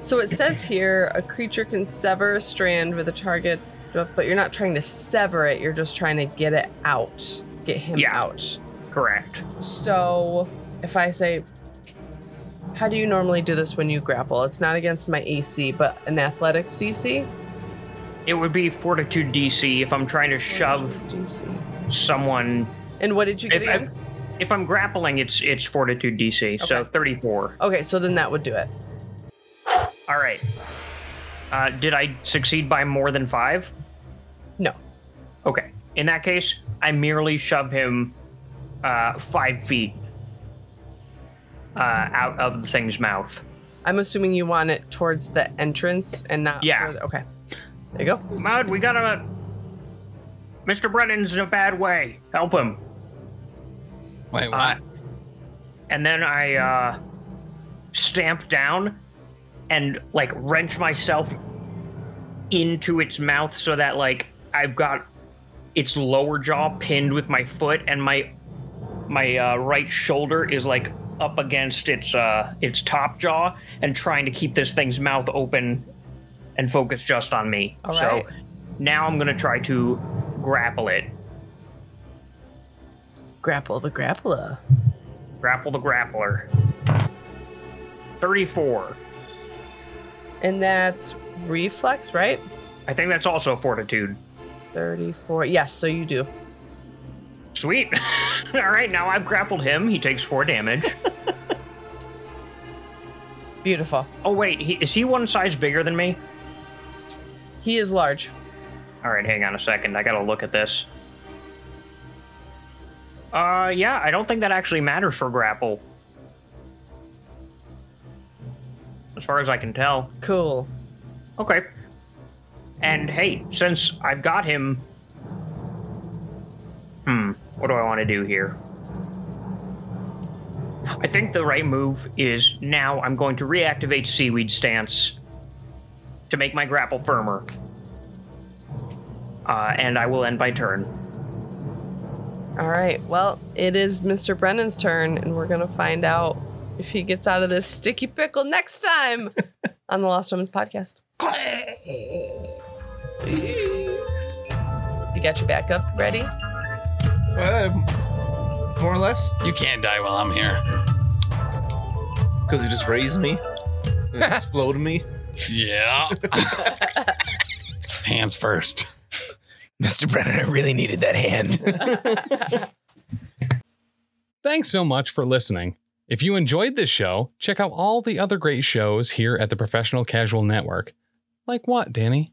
S3: So it says here a creature can sever a strand with a target, but but you're not trying to sever it. You're just trying to get it out, get him
S6: Yeah.
S3: out.
S6: Correct.
S3: So if I say, how do you normally do this when you grapple? It's not against my AC, but an athletics DC?
S6: It would be Fortitude DC if I'm trying to shove
S3: DC.
S6: someone.
S3: And what did you get
S6: If,
S3: again?
S6: if, if I'm grappling, it's it's Fortitude DC. So
S3: Okay.
S6: 34.
S3: Okay, so then that would do it.
S6: All right. Uh, did I succeed by more than five?
S3: No.
S6: Okay. In that case, I merely shove him uh, five feet uh, out of the thing's mouth.
S3: I'm assuming you want it towards the entrance and not.
S6: Yeah.
S3: further- Okay. There you go.
S6: Maud, we got a. Mr. Brennan's in a bad way. Help him.
S2: Wait, what?
S6: Uh, and then I uh, stamp down and like wrench myself into its mouth so that like I've got its lower jaw pinned with my foot and my my uh, right shoulder is like up against its uh, its top jaw and trying to keep this thing's mouth open and focus just on me.
S3: All
S6: so
S3: right.
S6: now I'm gonna try to grapple it.
S3: Grapple the grappler.
S6: Grapple the grappler. 34.
S3: And that's reflex, right?
S6: I think that's also fortitude.
S3: 34. Yes, so you do.
S6: Sweet. All right, now I've grappled him. He takes four damage.
S3: Beautiful.
S6: oh, wait. He, is he one size bigger than me?
S3: He is large.
S6: All right, hang on a second. I got to look at this. Uh, yeah, I don't think that actually matters for grapple. As far as I can tell.
S3: Cool.
S6: Okay. And hey, since I've got him. Hmm, what do I want to do here? I think the right move is now I'm going to reactivate Seaweed Stance to make my grapple firmer. Uh, and I will end my turn.
S3: All right. Well, it is Mr. Brennan's turn, and we're going to find out if he gets out of this sticky pickle next time on the Lost Omens podcast. You got your backup ready?
S4: Uh, more or less.
S7: You can't die while I'm here.
S4: Because he just raised me. and exploded me.
S7: Yeah. Hands first.
S5: Mr. Brennan, I really needed that hand.
S7: Thanks so much for listening. If you enjoyed this show, check out all the other great shows here at the Professional Casual Network. Like what, Danny?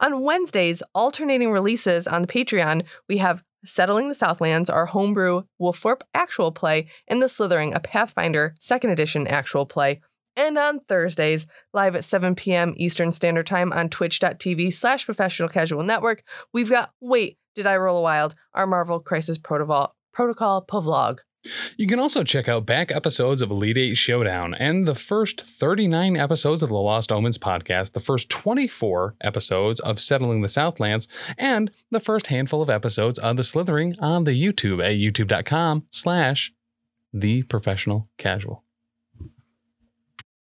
S3: On Wednesdays, alternating releases on the Patreon, we have Settling the Southlands, our homebrew Wolforp actual play, and The Slithering, a Pathfinder second edition actual play. And on Thursdays, live at 7 p.m. Eastern Standard Time on twitch.tv slash professional casual network, we've got Wait, Did I Roll a Wild? Our Marvel Crisis Protocol, Protocol Povlog.
S7: You can also check out back episodes of Elite Eight Showdown and the first 39 episodes of the Lost Omens podcast, the first 24 episodes of Settling the Southlands, and the first handful of episodes of The Slithering on the YouTube at youtube.com slash the professional casual.